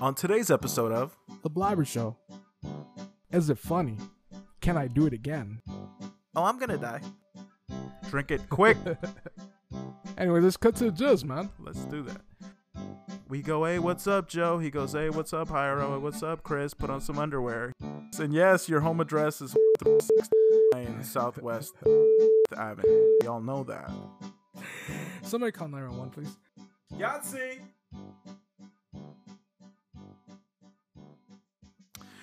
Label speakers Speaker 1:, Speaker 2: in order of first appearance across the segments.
Speaker 1: On today's episode of
Speaker 2: The Blabber Show. Is it funny? Can I do it again?
Speaker 1: Oh, I'm gonna die. Drink it quick.
Speaker 2: Anyway, let's cut to the jizz, man.
Speaker 1: Let's do that. We go, hey, what's up, Joe? He goes, hey, what's up, Hiro? Hey, What's up, Chris? Put on some underwear. And yes, your home address is in Southwest Avenue. Y'all know that.
Speaker 2: Somebody call 911, please.
Speaker 1: Yahtzee!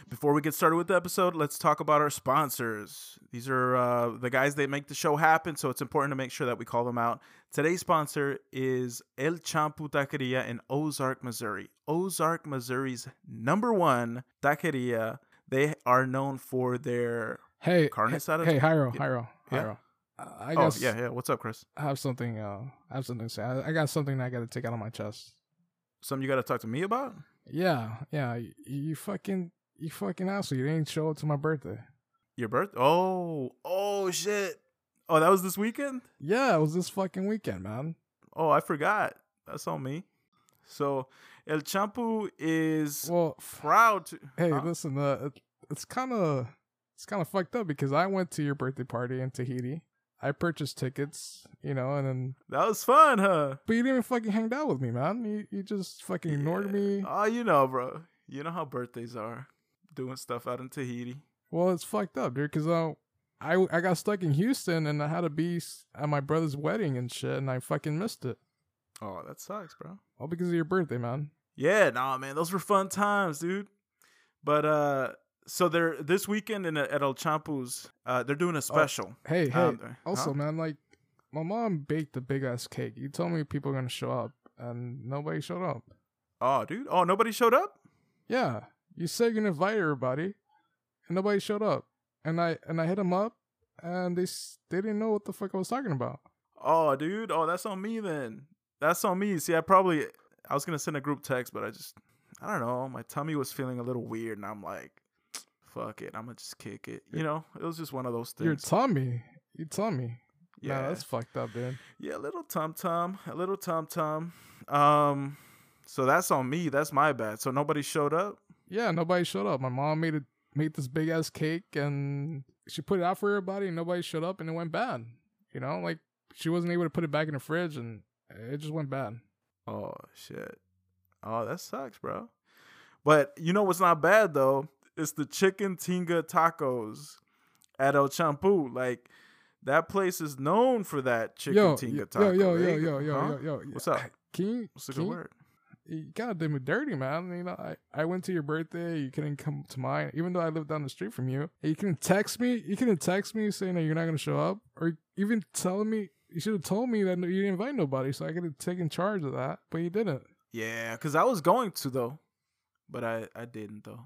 Speaker 1: Before we get started with the episode, let's talk about our sponsors. These are uh, the guys that make the show happen, so it's important to make sure that we call them out. Today's sponsor is El Champu Taqueria in Ozark, Missouri. Ozark, Missouri's number one taqueria. They are known for their.
Speaker 2: Hey,
Speaker 1: Carne
Speaker 2: hey,
Speaker 1: asada?
Speaker 2: hey, Hiro, Hiro,
Speaker 1: Yeah.
Speaker 2: Hiro. Uh, I
Speaker 1: Oh,
Speaker 2: guess
Speaker 1: yeah, yeah. What's up, Chris?
Speaker 2: I have something. Uh, I have something to say. I, I got something I got to take out of my chest.
Speaker 1: Something you got to talk to me about?
Speaker 2: Yeah, yeah. You, you fucking, you fucking asshole. You didn't show up to my birthday.
Speaker 1: Your birth? Oh, oh, shit. Oh, that was this weekend?
Speaker 2: Yeah, it was this fucking weekend, man.
Speaker 1: Oh, I forgot. That's on me. So El Champu is
Speaker 2: Well, f-
Speaker 1: proud to
Speaker 2: hey,
Speaker 1: Huh?
Speaker 2: listen. Uh, it, it's kind of, it's kind of fucked up because I went to your birthday party in Tahiti. I purchased tickets, you know, and then
Speaker 1: that was fun, huh?
Speaker 2: But you didn't even fucking hang out with me, man. You you just fucking ignored me.
Speaker 1: Oh, you know, bro. You know how birthdays are. Doing stuff out in Tahiti.
Speaker 2: Well, it's fucked up, dude. Because uh, I I got stuck in Houston and I had to be s- at my brother's wedding and shit, and I fucking missed it.
Speaker 1: Oh, that sucks, bro.
Speaker 2: All because of your birthday, man.
Speaker 1: Yeah, nah, man, those were fun times, dude. But uh so they're this weekend in at El Champu's, uh they're doing a special.
Speaker 2: Oh, Hey, hey.
Speaker 1: Um, huh?
Speaker 2: also, man, like my mom baked a big ass cake. You told me people were gonna show up, and nobody showed up.
Speaker 1: Oh, dude. Oh, nobody showed up?
Speaker 2: Yeah, you said you're gonna invite everybody, and nobody showed up. And I and I hit them up, and they s- they didn't know what the fuck I was talking about.
Speaker 1: Oh, dude. Oh, that's on me then. That's on me. See, I probably I was gonna send a group text, but I just I don't know. My tummy was feeling a little weird, and I'm like, fuck it. I'm gonna just kick it. You know, it was just one of those
Speaker 2: Your
Speaker 1: things.
Speaker 2: tummy, your tummy. Yeah,
Speaker 1: yeah,
Speaker 2: that's fucked up, dude.
Speaker 1: yeah. Little tum tum, a little tum tum. Um, so that's on me. That's my bad. So nobody showed up.
Speaker 2: Yeah, nobody showed up. My mom made it made this big ass cake and she put it out for everybody and nobody showed up and it went bad. You know, like she wasn't able to put it back in the fridge and it just went bad.
Speaker 1: Oh shit. Oh, that sucks, bro. But you know what's not bad though? It's the chicken tinga tacos at El Champu. Like that place is known for that chicken
Speaker 2: yo,
Speaker 1: tinga taco.
Speaker 2: yo, yo, yo,
Speaker 1: They-
Speaker 2: yo, yo,
Speaker 1: huh?
Speaker 2: yo, yo, yo.
Speaker 1: What's up?
Speaker 2: Can you,
Speaker 1: What's the
Speaker 2: can
Speaker 1: good
Speaker 2: you-
Speaker 1: word?
Speaker 2: you gotta do me dirty, man. You know, I, I went to your birthday, you couldn't come to mine, even though I lived down the street from you. And You couldn't text me, you couldn't text me saying that you're not gonna show up, or even telling me you should have told me that you didn't invite nobody, so I could have taken charge of that, but you didn't.
Speaker 1: Yeah, because I was going to though, but I I didn't though.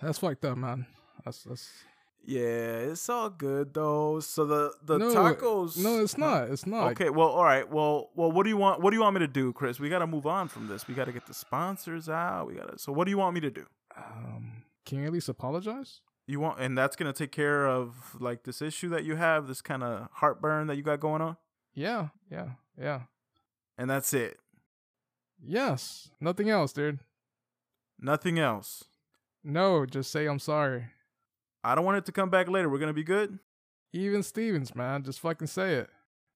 Speaker 2: That's fucked up, man. That's that's
Speaker 1: Yeah, it's all good though. So the the
Speaker 2: No,
Speaker 1: tacos.
Speaker 2: no, it's
Speaker 1: Huh?
Speaker 2: not. It's not.
Speaker 1: Okay, well, all right. Well, well, what do you want? What do you want me to do, Chris? We got to move on from this. We got to get the sponsors out. We got to. So, what do you want me to do?
Speaker 2: Um, can you at least apologize?
Speaker 1: You want, and that's gonna take care of like this issue that you have, this kind of heartburn that you got going on,
Speaker 2: Yeah, yeah, yeah.
Speaker 1: and that's it.
Speaker 2: Yes. Nothing else, dude.
Speaker 1: Nothing else.
Speaker 2: No, just say I'm sorry.
Speaker 1: I don't want it to come back later. We're gonna be good.
Speaker 2: Even Stevens, man, just fucking say it.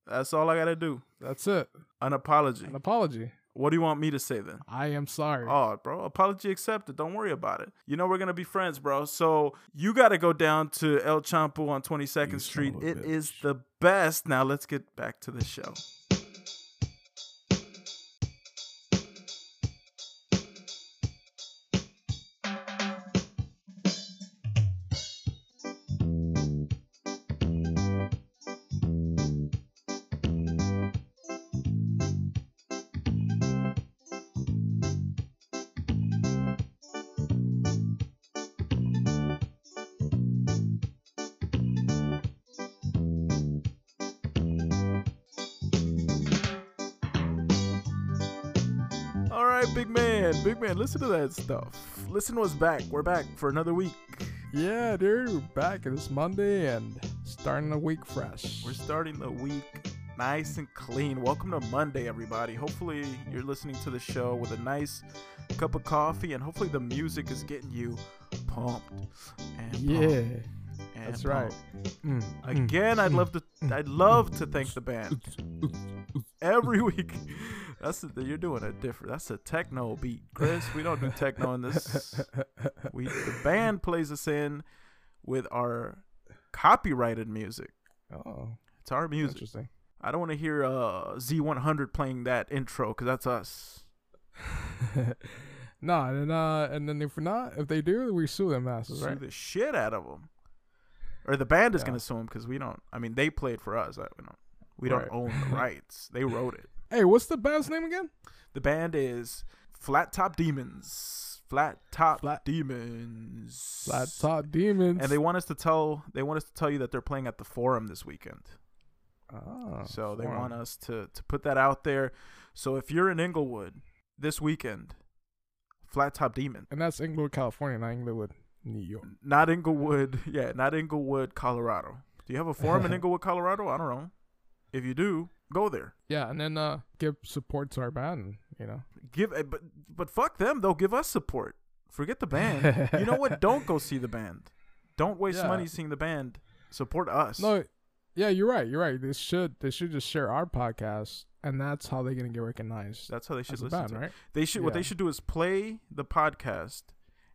Speaker 1: That's all I gotta do.
Speaker 2: That's it.
Speaker 1: An apology.
Speaker 2: An apology.
Speaker 1: What do you want me to say then?
Speaker 2: I am sorry.
Speaker 1: Oh, bro, apology accepted. Don't worry about it. You know we're gonna be friends, bro. So you gotta go down to El Champo on Twenty Second Street. It is the best. Now let's get back to the show. All right, big man, big man, listen to that stuff. Listen to us back. We're back for another week.
Speaker 2: Yeah, dude, we're back. It's Monday and starting the week fresh.
Speaker 1: We're starting the week nice and clean. Welcome to Monday, everybody. Hopefully, you're listening to the show with a nice cup of coffee, and hopefully, the music is getting you pumped. And pumped and
Speaker 2: that's right.
Speaker 1: pumped.
Speaker 2: Mm, mm.
Speaker 1: Again, I'd love to. I'd love to thank the band every week. That's the, you're doing a different. That's a techno beat, Chris. We don't do techno in this. We the band plays us in with our copyrighted music.
Speaker 2: Oh,
Speaker 1: It's our music.
Speaker 2: interesting.
Speaker 1: I don't want to hear uh, Z100 playing that intro because that's us.
Speaker 2: no, and uh, and then if we're not, if they do, we sue them asses,
Speaker 1: Sue
Speaker 2: right?
Speaker 1: the shit out of them, or the band is
Speaker 2: Yeah.
Speaker 1: gonna sue them because we don't. I mean, they played for us. I, we don't. We don't
Speaker 2: Right.
Speaker 1: own the rights. They wrote it.
Speaker 2: Hey, what's the band's name again?
Speaker 1: The band is Flat Top Demons. Flat Top
Speaker 2: Flat-
Speaker 1: Demons.
Speaker 2: Flat Top Demons.
Speaker 1: And they want us to tell. They want us to tell you that they're playing at the Forum this weekend.
Speaker 2: Ah,
Speaker 1: so they
Speaker 2: forum.
Speaker 1: want us to to put that out there. So if you're in Inglewood this weekend, Flat Top Demon,
Speaker 2: and that's Inglewood, California, not Inglewood, New York.
Speaker 1: not Inglewood, yeah, not Inglewood, Colorado. Do you have a forum in Inglewood, Colorado? I don't know. If you do, go there.
Speaker 2: Yeah, and then uh, give support to our band. You know,
Speaker 1: Give eh, but but fuck them. They'll give us support. Forget the band. you know what? Don't go see the band. Don't waste
Speaker 2: Yeah.
Speaker 1: money seeing the band. Support us.
Speaker 2: no, yeah, you're right. You're right. They should they should just share our podcast, and that's how they're gonna get recognized.
Speaker 1: That's how they should
Speaker 2: as a
Speaker 1: listen
Speaker 2: band,
Speaker 1: to it.
Speaker 2: right?
Speaker 1: They should what they
Speaker 2: Yeah.
Speaker 1: should do is play the podcast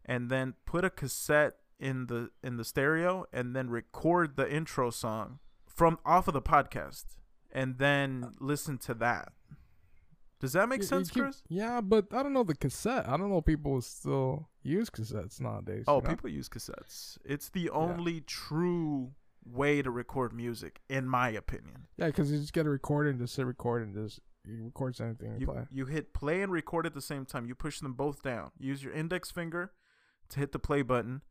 Speaker 1: and then put a cassette in the in the stereo and then record the intro song from off of the podcast and then listen to that. Does that make
Speaker 2: Uh, You- you
Speaker 1: sense,
Speaker 2: keep-
Speaker 1: Chris?
Speaker 2: Yeah, but I don't know the cassette. I don't know if people still use cassettes nowadays.
Speaker 1: Oh,
Speaker 2: you know?
Speaker 1: people use cassettes. It's the only true way to record music in my opinion.
Speaker 2: Yeah, because you just get a recorder and just hit record and just it records anything you,
Speaker 1: You
Speaker 2: play.
Speaker 1: you hit play and record at the same time. You push them both down. Use your index finger to hit the play button,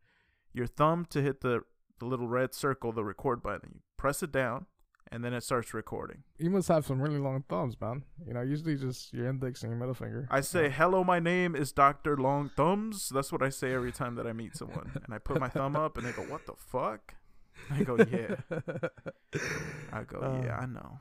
Speaker 1: your thumb to hit the the little red circle, the record button. You press it down, and then it starts recording.
Speaker 2: You must have some really long thumbs, man. You know, usually just your index and your middle finger.
Speaker 1: I say, "Hello, my name is Doctor Long Thumbs." That's what I say every time that I meet someone, and I put my thumb up, and they go, "What the fuck?" I go, "Yeah." I go, "Yeah, I know,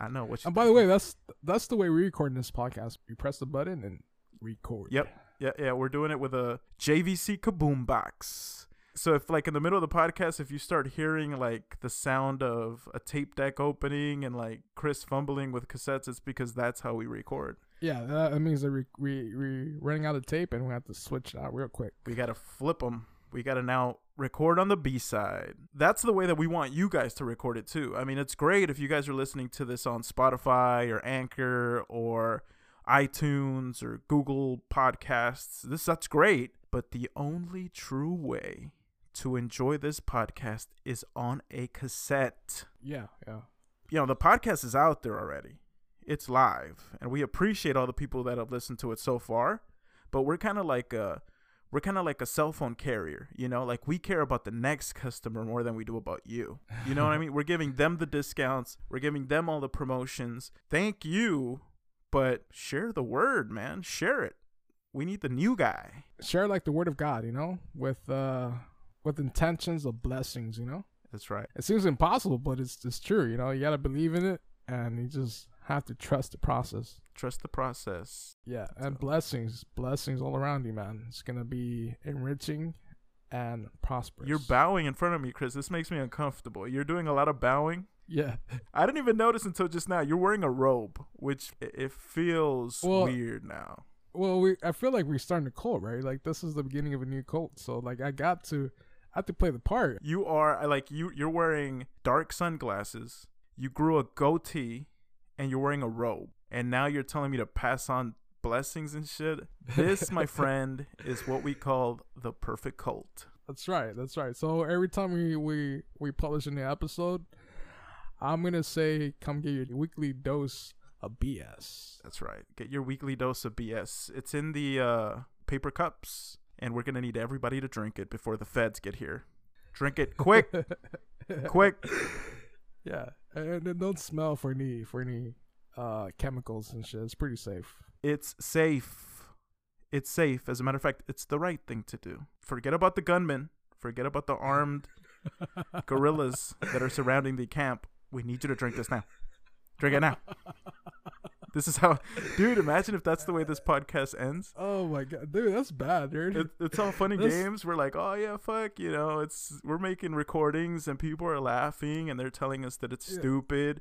Speaker 1: I know what you."
Speaker 2: Um, And by the way, that's that's the way we record this podcast. You press the button and record.
Speaker 1: Yep. Yeah, yeah, we're doing it with a JVC Kaboom box. So if like in the middle of the podcast, if you start hearing like the sound of a tape deck opening and like Chris fumbling with cassettes, it's because that's how we record.
Speaker 2: Yeah, that, that means that we we we running out of tape and we have to switch out real quick.
Speaker 1: We gotta flip them. We gotta now record on the B side. That's the way that we want you guys to record it too. I mean, it's great if you guys are listening to this on Spotify or Anchor or iTunes or Google Podcasts. This that's great, but the only true way to enjoy this podcast is on a cassette.
Speaker 2: Yeah, yeah.
Speaker 1: You know, the podcast is out there already. It's live, and we appreciate all the people that have listened to it so far, but we're kind of like a we're kind of like a cell phone carrier, you know? Like we care about the next customer more than we do about you. You know what I mean? We're giving them the discounts, we're giving them all the promotions. Thank you, but share the word, man. Share it. We need the new guy.
Speaker 2: Share like the word of God, you know, with uh with intentions of blessings, you know.
Speaker 1: That's right.
Speaker 2: It seems impossible, but it's it's true, you know. You gotta believe in it, and you just have to trust the process.
Speaker 1: Trust the process.
Speaker 2: Yeah, and blessings, blessings all around you, man. It's gonna be enriching and prosperous.
Speaker 1: You're bowing in front of me, Chris. This makes me uncomfortable. You're doing a lot of bowing.
Speaker 2: Yeah.
Speaker 1: I didn't even notice until just now. You're wearing a robe, which i- it feels
Speaker 2: Well-
Speaker 1: weird now.
Speaker 2: Well, we I feel like we're starting a cult, right? Like this is the beginning of a new cult. So like I got to I have to play the part.
Speaker 1: You are I like you. You're wearing dark sunglasses. You grew a goatee, and you're wearing a robe. And now you're telling me to pass on blessings and shit. This, my friend, is what we call the perfect cult.
Speaker 2: That's right. That's right. So every time we we we publish a new episode, I'm gonna say, come get your weekly dose of BS.
Speaker 1: That's right. Get your weekly dose of BS. It's in the uh, paper cups, and we're gonna need everybody to drink it before the feds get here. Drink it quick, quick.
Speaker 2: yeah, and then don't smell for any for any uh chemicals and shit. It's pretty safe.
Speaker 1: It's safe. It's safe. As a matter of fact, it's the right thing to do. Forget about the gunmen. Forget about the armed gorillas that are surrounding the camp. We need you to drink this now. Drink it now. this is how, dude. Imagine if that's the way this podcast ends.
Speaker 2: Oh my god, dude, that's bad, dude.
Speaker 1: It, it's all fun and
Speaker 2: This-
Speaker 1: games. We're like, oh yeah, fuck, you know, it's we're making recordings and people are laughing and they're telling us that it's
Speaker 2: Yeah.
Speaker 1: stupid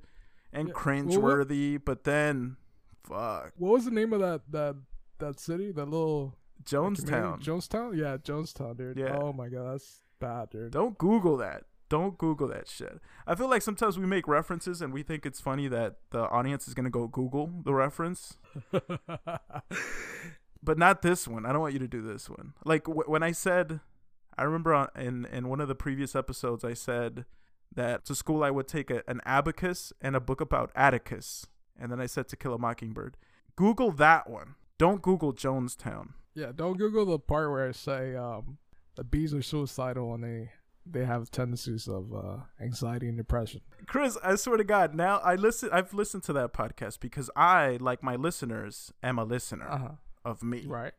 Speaker 1: and
Speaker 2: Yeah.
Speaker 1: cringe cringeworthy. but then, fuck,
Speaker 2: what was the name of that that that city? That little
Speaker 1: Jonestown.
Speaker 2: community? Jonestown. Yeah, Jonestown, dude.
Speaker 1: Yeah.
Speaker 2: Oh my god, that's bad, dude.
Speaker 1: Don't Google that. Don't Google that shit. I feel like sometimes we make references and we think it's funny that the audience is gonna go Google the reference, but not this one. I don't want you to do this one. Like w- when I said, I remember on, in in one of the previous episodes, I said that to school I would take a, an abacus and a book about Atticus, and then I said To Kill a Mockingbird. Google that one. Don't Google Jonestown.
Speaker 2: yeah, don't Google the part where I say um the bees are suicidal and they they have tendencies of uh anxiety and depression.
Speaker 1: Chris, I swear to God, now I listen. I've listened to that podcast because I, like my listeners, am a listener
Speaker 2: Uh huh.
Speaker 1: of me,
Speaker 2: Right.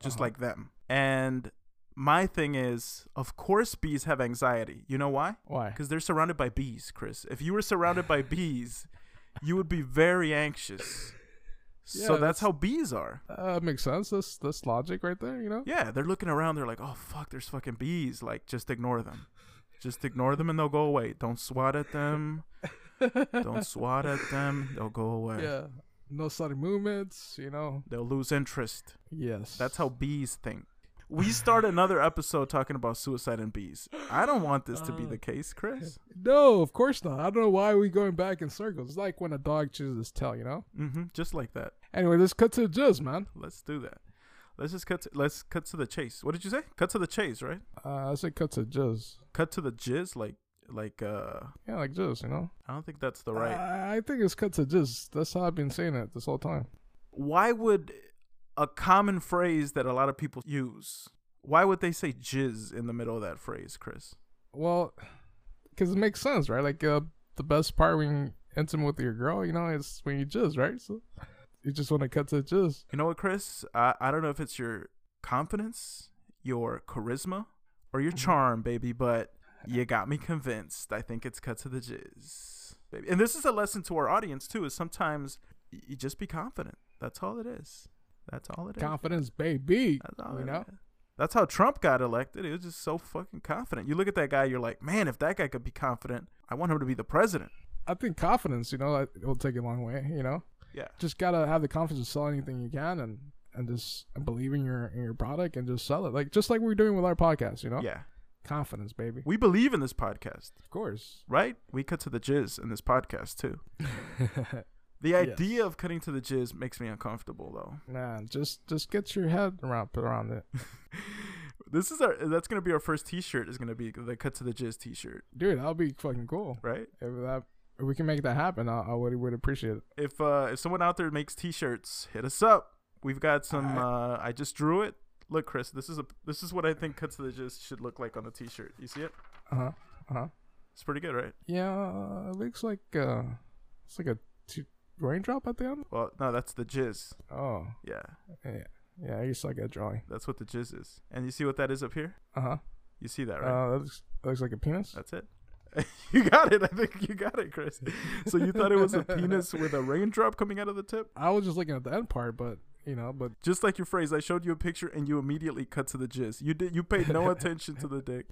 Speaker 1: just
Speaker 2: uh-huh.
Speaker 1: like them. And my thing is, of course, bees have anxiety. You know why?
Speaker 2: Why?
Speaker 1: Because they're surrounded by bees, Chris. If you were surrounded by bees, you would be very anxious.
Speaker 2: Yeah,
Speaker 1: so that's
Speaker 2: that's-
Speaker 1: how bees are.
Speaker 2: Uh, makes sense. That's that's logic right there. You know.
Speaker 1: Yeah, they're looking around. They're like, oh, fuck, there's fucking bees. Like, just ignore them. Just ignore them and they'll go away. Don't swat at them. Don't swat at them. They'll go away.
Speaker 2: yeah. No sudden movements. You know.
Speaker 1: They'll lose interest.
Speaker 2: Yes.
Speaker 1: That's how bees think. We start another episode talking about suicide and bees. I don't want this to be the case, Chris.
Speaker 2: No, of course not. I don't know why we going back in circles. It's like when a dog chooses its tail, you know?
Speaker 1: hmm Just like that.
Speaker 2: Anyway, let's cut to the jizz, man.
Speaker 1: Let's do that. Let's just cut. To, let's cut to the chase. What did you say? Cut to the chase, right?
Speaker 2: Uh, I said cut to the jizz.
Speaker 1: Cut to the jizz, like like. uh
Speaker 2: Yeah, like jizz, you know?
Speaker 1: I don't think that's the
Speaker 2: Uh.
Speaker 1: right.
Speaker 2: I, I think it's cut to jizz. That's how I've been saying it this whole time.
Speaker 1: why would a common phrase that a lot of people use? Why would they say jizz in the middle of that phrase, Chris?
Speaker 2: Well, because it makes sense, right? Like, uh, the best part when you're intimate with your girl, you know, is when you jizz, right? So you just want to cut to the jizz.
Speaker 1: You know what, Chris? I, I don't know if it's your confidence, your charisma, or
Speaker 2: Mm-hmm.
Speaker 1: your charm, baby, but you got me convinced. I think it's cut to the jizz, baby. And this is a lesson to our audience too: is sometimes y- you just be confident. That's all it is. That's all it is.
Speaker 2: Confidence, baby.
Speaker 1: That's all
Speaker 2: you
Speaker 1: it
Speaker 2: know?
Speaker 1: is. That's how Trump got elected. He was just so fucking confident. You look at that guy, you're like, man, if that guy could be confident, I want him to be the president.
Speaker 2: I think confidence, you know, like, it will take you a long way, you know?
Speaker 1: Yeah.
Speaker 2: just gotta have the confidence to sell anything you can and and just believe in your in your product and just sell it like just like we're doing with our podcast you know
Speaker 1: Yeah.
Speaker 2: confidence baby
Speaker 1: We believe in this podcast,
Speaker 2: of course
Speaker 1: right? We cut to the jizz in this podcast too. The
Speaker 2: Yes.
Speaker 1: idea of cutting to the jizz makes me uncomfortable, though.
Speaker 2: nah just just get your head around put around it
Speaker 1: This is our that's gonna be our first T-shirt. Is gonna be the cut to the jizz T-shirt,
Speaker 2: dude that'll be fucking cool
Speaker 1: right?
Speaker 2: if that if we can make that happen i, I would would appreciate it
Speaker 1: If uh, if someone out there makes T-shirts, hit us up. We've got some. Uh, I just drew it. Look, Chris, this is a this is what I think cut to the jizz should look like on the T-shirt. You see it?
Speaker 2: uh-huh uh-huh
Speaker 1: It's pretty good, right?
Speaker 2: yeah it looks like uh it's like a two raindrop at the end
Speaker 1: Well, no, that's the jizz.
Speaker 2: oh
Speaker 1: Yeah,
Speaker 2: yeah yeah i guess like a drawing
Speaker 1: that's what the jizz is. And you see what that is up here?
Speaker 2: uh-huh
Speaker 1: You see that, right?
Speaker 2: uh that looks, that looks like a penis
Speaker 1: That's it. you got it. I think you got it, Chris. So you thought it was a penis with a raindrop coming out of the tip?
Speaker 2: i was just looking at the end part but you know but
Speaker 1: Just like your phrase, I showed you a picture and you immediately cut to the gist. You did. You paid no attention to the dick.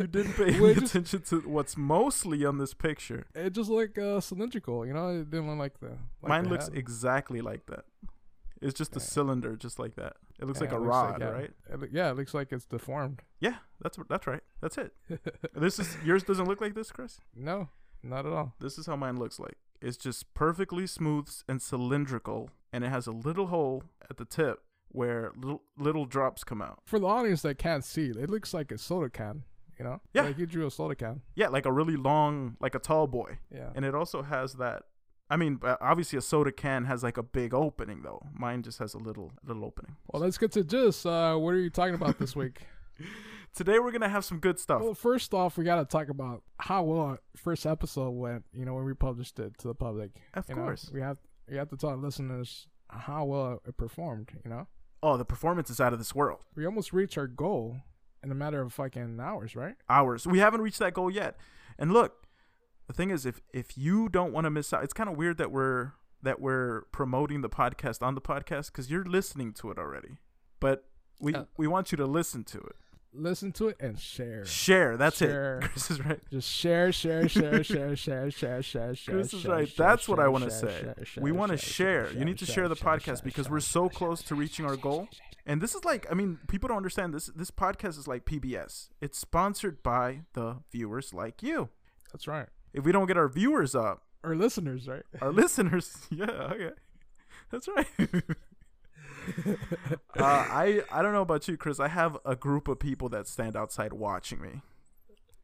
Speaker 1: You didn't pay any
Speaker 2: Well, it just-
Speaker 1: attention to what's mostly on this picture.
Speaker 2: it just looked uh, cylindrical, you know. It didn't look like the. Like
Speaker 1: Mine
Speaker 2: the
Speaker 1: looks
Speaker 2: head.
Speaker 1: exactly like that. It's just a
Speaker 2: Yeah.
Speaker 1: cylinder, just like that. It looks
Speaker 2: Yeah,
Speaker 1: like a
Speaker 2: it
Speaker 1: rod,
Speaker 2: yeah.
Speaker 1: right?
Speaker 2: It loo- yeah, it looks like it's deformed.
Speaker 1: Yeah, that's that's right. That's it. this is yours. Doesn't look like this, Chris.
Speaker 2: No, not at all.
Speaker 1: This is how mine looks like. It's just perfectly smooth and cylindrical, and it has a little hole at the tip where little, little drops come out.
Speaker 2: For the audience that can't see, it looks like a soda can. You know,
Speaker 1: Yeah.
Speaker 2: like you drew a soda can.
Speaker 1: Yeah, like a really long, like a tall boy.
Speaker 2: Yeah,
Speaker 1: And it also has that. I mean, uh, obviously, a soda can has like a big opening, though. Mine just has a little, little opening.
Speaker 2: well, let's get to this. Uh, what are you talking about this week?
Speaker 1: Today, we're gonna have some good stuff.
Speaker 2: well, first off, we gotta talk about how well our first episode went. You know, when we published it to the public.
Speaker 1: Of
Speaker 2: You know,
Speaker 1: course.
Speaker 2: we have we have to tell our listeners how well it performed. You know,
Speaker 1: Oh, the performance is out of this world.
Speaker 2: we almost reached our goal in a matter of fucking hours, right?
Speaker 1: Hours. We haven't reached that goal yet. And look, the thing is if if you don't want to miss out it's kind of weird that we're that we're promoting the podcast on the podcast because you're listening to it already but we
Speaker 2: Uh.
Speaker 1: we want you to listen to it
Speaker 2: Listen to it and share.
Speaker 1: share that's
Speaker 2: Share.
Speaker 1: it chris is right
Speaker 2: Just share, share, share, share, share, share, share, share.
Speaker 1: Chris is
Speaker 2: share,
Speaker 1: right.
Speaker 2: share,
Speaker 1: That's what I
Speaker 2: share,
Speaker 1: want to
Speaker 2: share,
Speaker 1: say.
Speaker 2: share, share,
Speaker 1: We want to
Speaker 2: share,
Speaker 1: share. You need to share the podcast because we're so close to reaching our goal. And this is like, I mean, people don't understand this. This podcast is like PBS. It's sponsored by the viewers like you.
Speaker 2: That's right.
Speaker 1: If we don't get our viewers up,
Speaker 2: Or listeners, right?
Speaker 1: our listeners, yeah, okay, that's right. uh, I I don't know about you, Chris. I have a group of people that stand outside watching me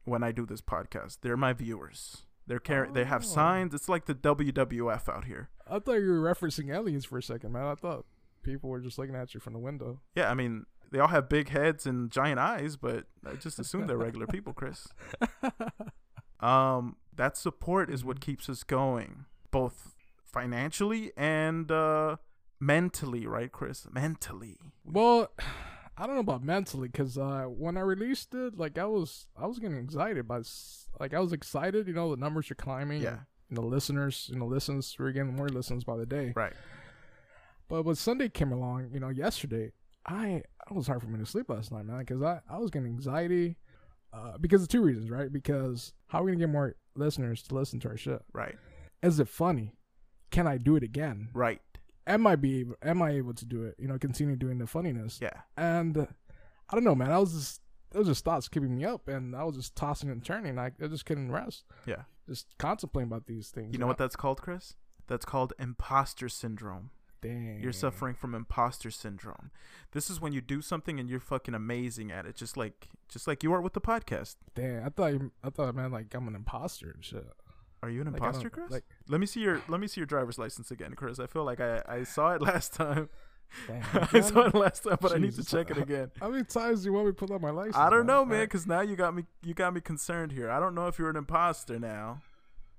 Speaker 1: when I do this podcast. They're my viewers. They're carrying. They have
Speaker 2: Oh.
Speaker 1: signs. It's like the WWF out here.
Speaker 2: I thought you were referencing aliens for a second, man. I thought people were just looking at you from the window.
Speaker 1: Yeah, I mean, they all have big heads and giant eyes, but I just assume they're regular people, Chris. Um, that support is what keeps us going, both financially and uh, mentally, right, Chris? Mentally.
Speaker 2: Well, I don't know about mentally, cause uh, when I released it, like I was, I was getting excited by, s- like I was excited. You know, the numbers are climbing.
Speaker 1: Yeah.
Speaker 2: And the listeners, you know, listens. We're getting more listens by the day.
Speaker 1: Right.
Speaker 2: But when Sunday came along, you know, yesterday, I it was hard for me to sleep last night, man, because I I was getting anxiety, uh, because of two reasons, right? Because how are we gonna get more listeners to listen to our shit?
Speaker 1: Right.
Speaker 2: Is it funny? Can I do it again?
Speaker 1: Right.
Speaker 2: Am I be able, am I able to do it? You know, continue doing the funniness.
Speaker 1: Yeah.
Speaker 2: And uh, I don't know, man. I was just those just thoughts keeping me up, and I was just tossing and turning. I, I just couldn't rest.
Speaker 1: Yeah.
Speaker 2: Just contemplating about these things.
Speaker 1: You know what that's called, Chris? That's called imposter syndrome.
Speaker 2: Dang.
Speaker 1: You're suffering from imposter syndrome. This is when you do something and you're fucking amazing at it, just like just like you are with the podcast.
Speaker 2: Dang. I thought you, I thought, man, like I'm an imposter and shit.
Speaker 1: Are you an
Speaker 2: Like, I
Speaker 1: imposter,
Speaker 2: don't-
Speaker 1: Chris?
Speaker 2: like-
Speaker 1: let me see your let me see your driver's license again, Chris. I feel like I, I saw it last time.
Speaker 2: Dang,
Speaker 1: I saw
Speaker 2: man.
Speaker 1: it last time, but I need to
Speaker 2: Jesus.
Speaker 1: check it again.
Speaker 2: How many times do you want me to pull out my license?
Speaker 1: I don't know, man,
Speaker 2: Like,
Speaker 1: because now you got me you got me concerned here. I don't know if you're an imposter now.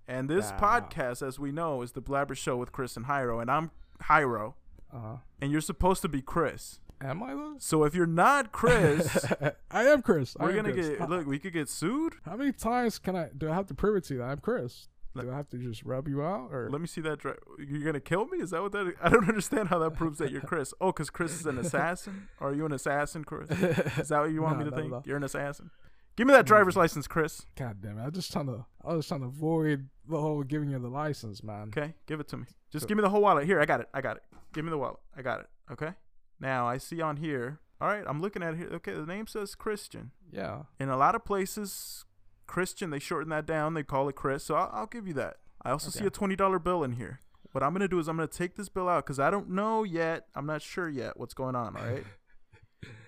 Speaker 1: And this
Speaker 2: Nah.
Speaker 1: podcast, as we know, is the Blabber Show with Chris and Hyro, and I'm Hyro,
Speaker 2: uh,
Speaker 1: and you're supposed to be Chris.
Speaker 2: am I though?
Speaker 1: So if you're not Chris,
Speaker 2: I am Chris. I
Speaker 1: we're
Speaker 2: am
Speaker 1: gonna
Speaker 2: Chris.
Speaker 1: get
Speaker 2: How,
Speaker 1: look. We could get sued.
Speaker 2: how many times can I? Do I have to prove it to you that I'm Chris?
Speaker 1: Let-
Speaker 2: do I have to just rub you out, or
Speaker 1: Let me see that. Dri- you're gonna kill me? Is that what that? I don't understand how that proves that you're Chris. Oh, because Chris is an assassin. Are you an assassin, Chris? Is that what you want me
Speaker 2: No,
Speaker 1: to
Speaker 2: not at
Speaker 1: think?
Speaker 2: all. Mm-hmm.
Speaker 1: You're an assassin. Give me that driver's license, Chris.
Speaker 2: God damn it! I was just trying to. I was trying to avoid the whole giving you the license, man.
Speaker 1: Okay, give it to me. Just
Speaker 2: Cool.
Speaker 1: give me the whole wallet. Here, I got it. I got it. Give me the wallet. I got it. Okay. Now I see on here. All right, I'm looking at it here. Okay, the name says Christian.
Speaker 2: Yeah.
Speaker 1: In a lot of places, Christian they shorten that down. They call it Chris. So I'll, I'll give you that. I also see
Speaker 2: Okay.
Speaker 1: a twenty dollar bill in here. What I'm gonna do is I'm gonna take this bill out because I don't know yet. I'm not sure yet what's going on. All right.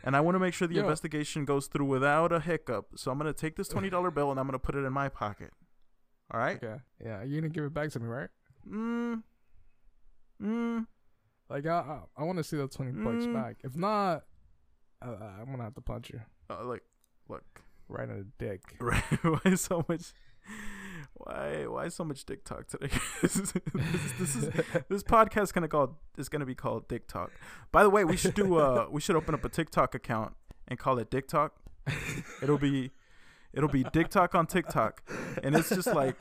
Speaker 1: And I want to make sure the
Speaker 2: Yo.
Speaker 1: investigation goes through without a hiccup. So I'm gonna take this twenty dollar bill and I'm gonna put it in my pocket. All right.
Speaker 2: Okay. Yeah. You're gonna give it back to me, right?
Speaker 1: Mm. Mm.
Speaker 2: Like I, I, I want to see that twenty bucks
Speaker 1: Mm.
Speaker 2: back. If not, uh, I'm gonna have to punch you
Speaker 1: Uh, like, look.
Speaker 2: right in the dick.
Speaker 1: Right? Why so much? Why? Why so much dick talk today? this is this, is, this podcast gonna call is gonna be called Dick Talk. By the way, we should do uh we should open up a TikTok account and call it Dick Talk. It'll be it'll be Dick Talk on TikTok, and it's just like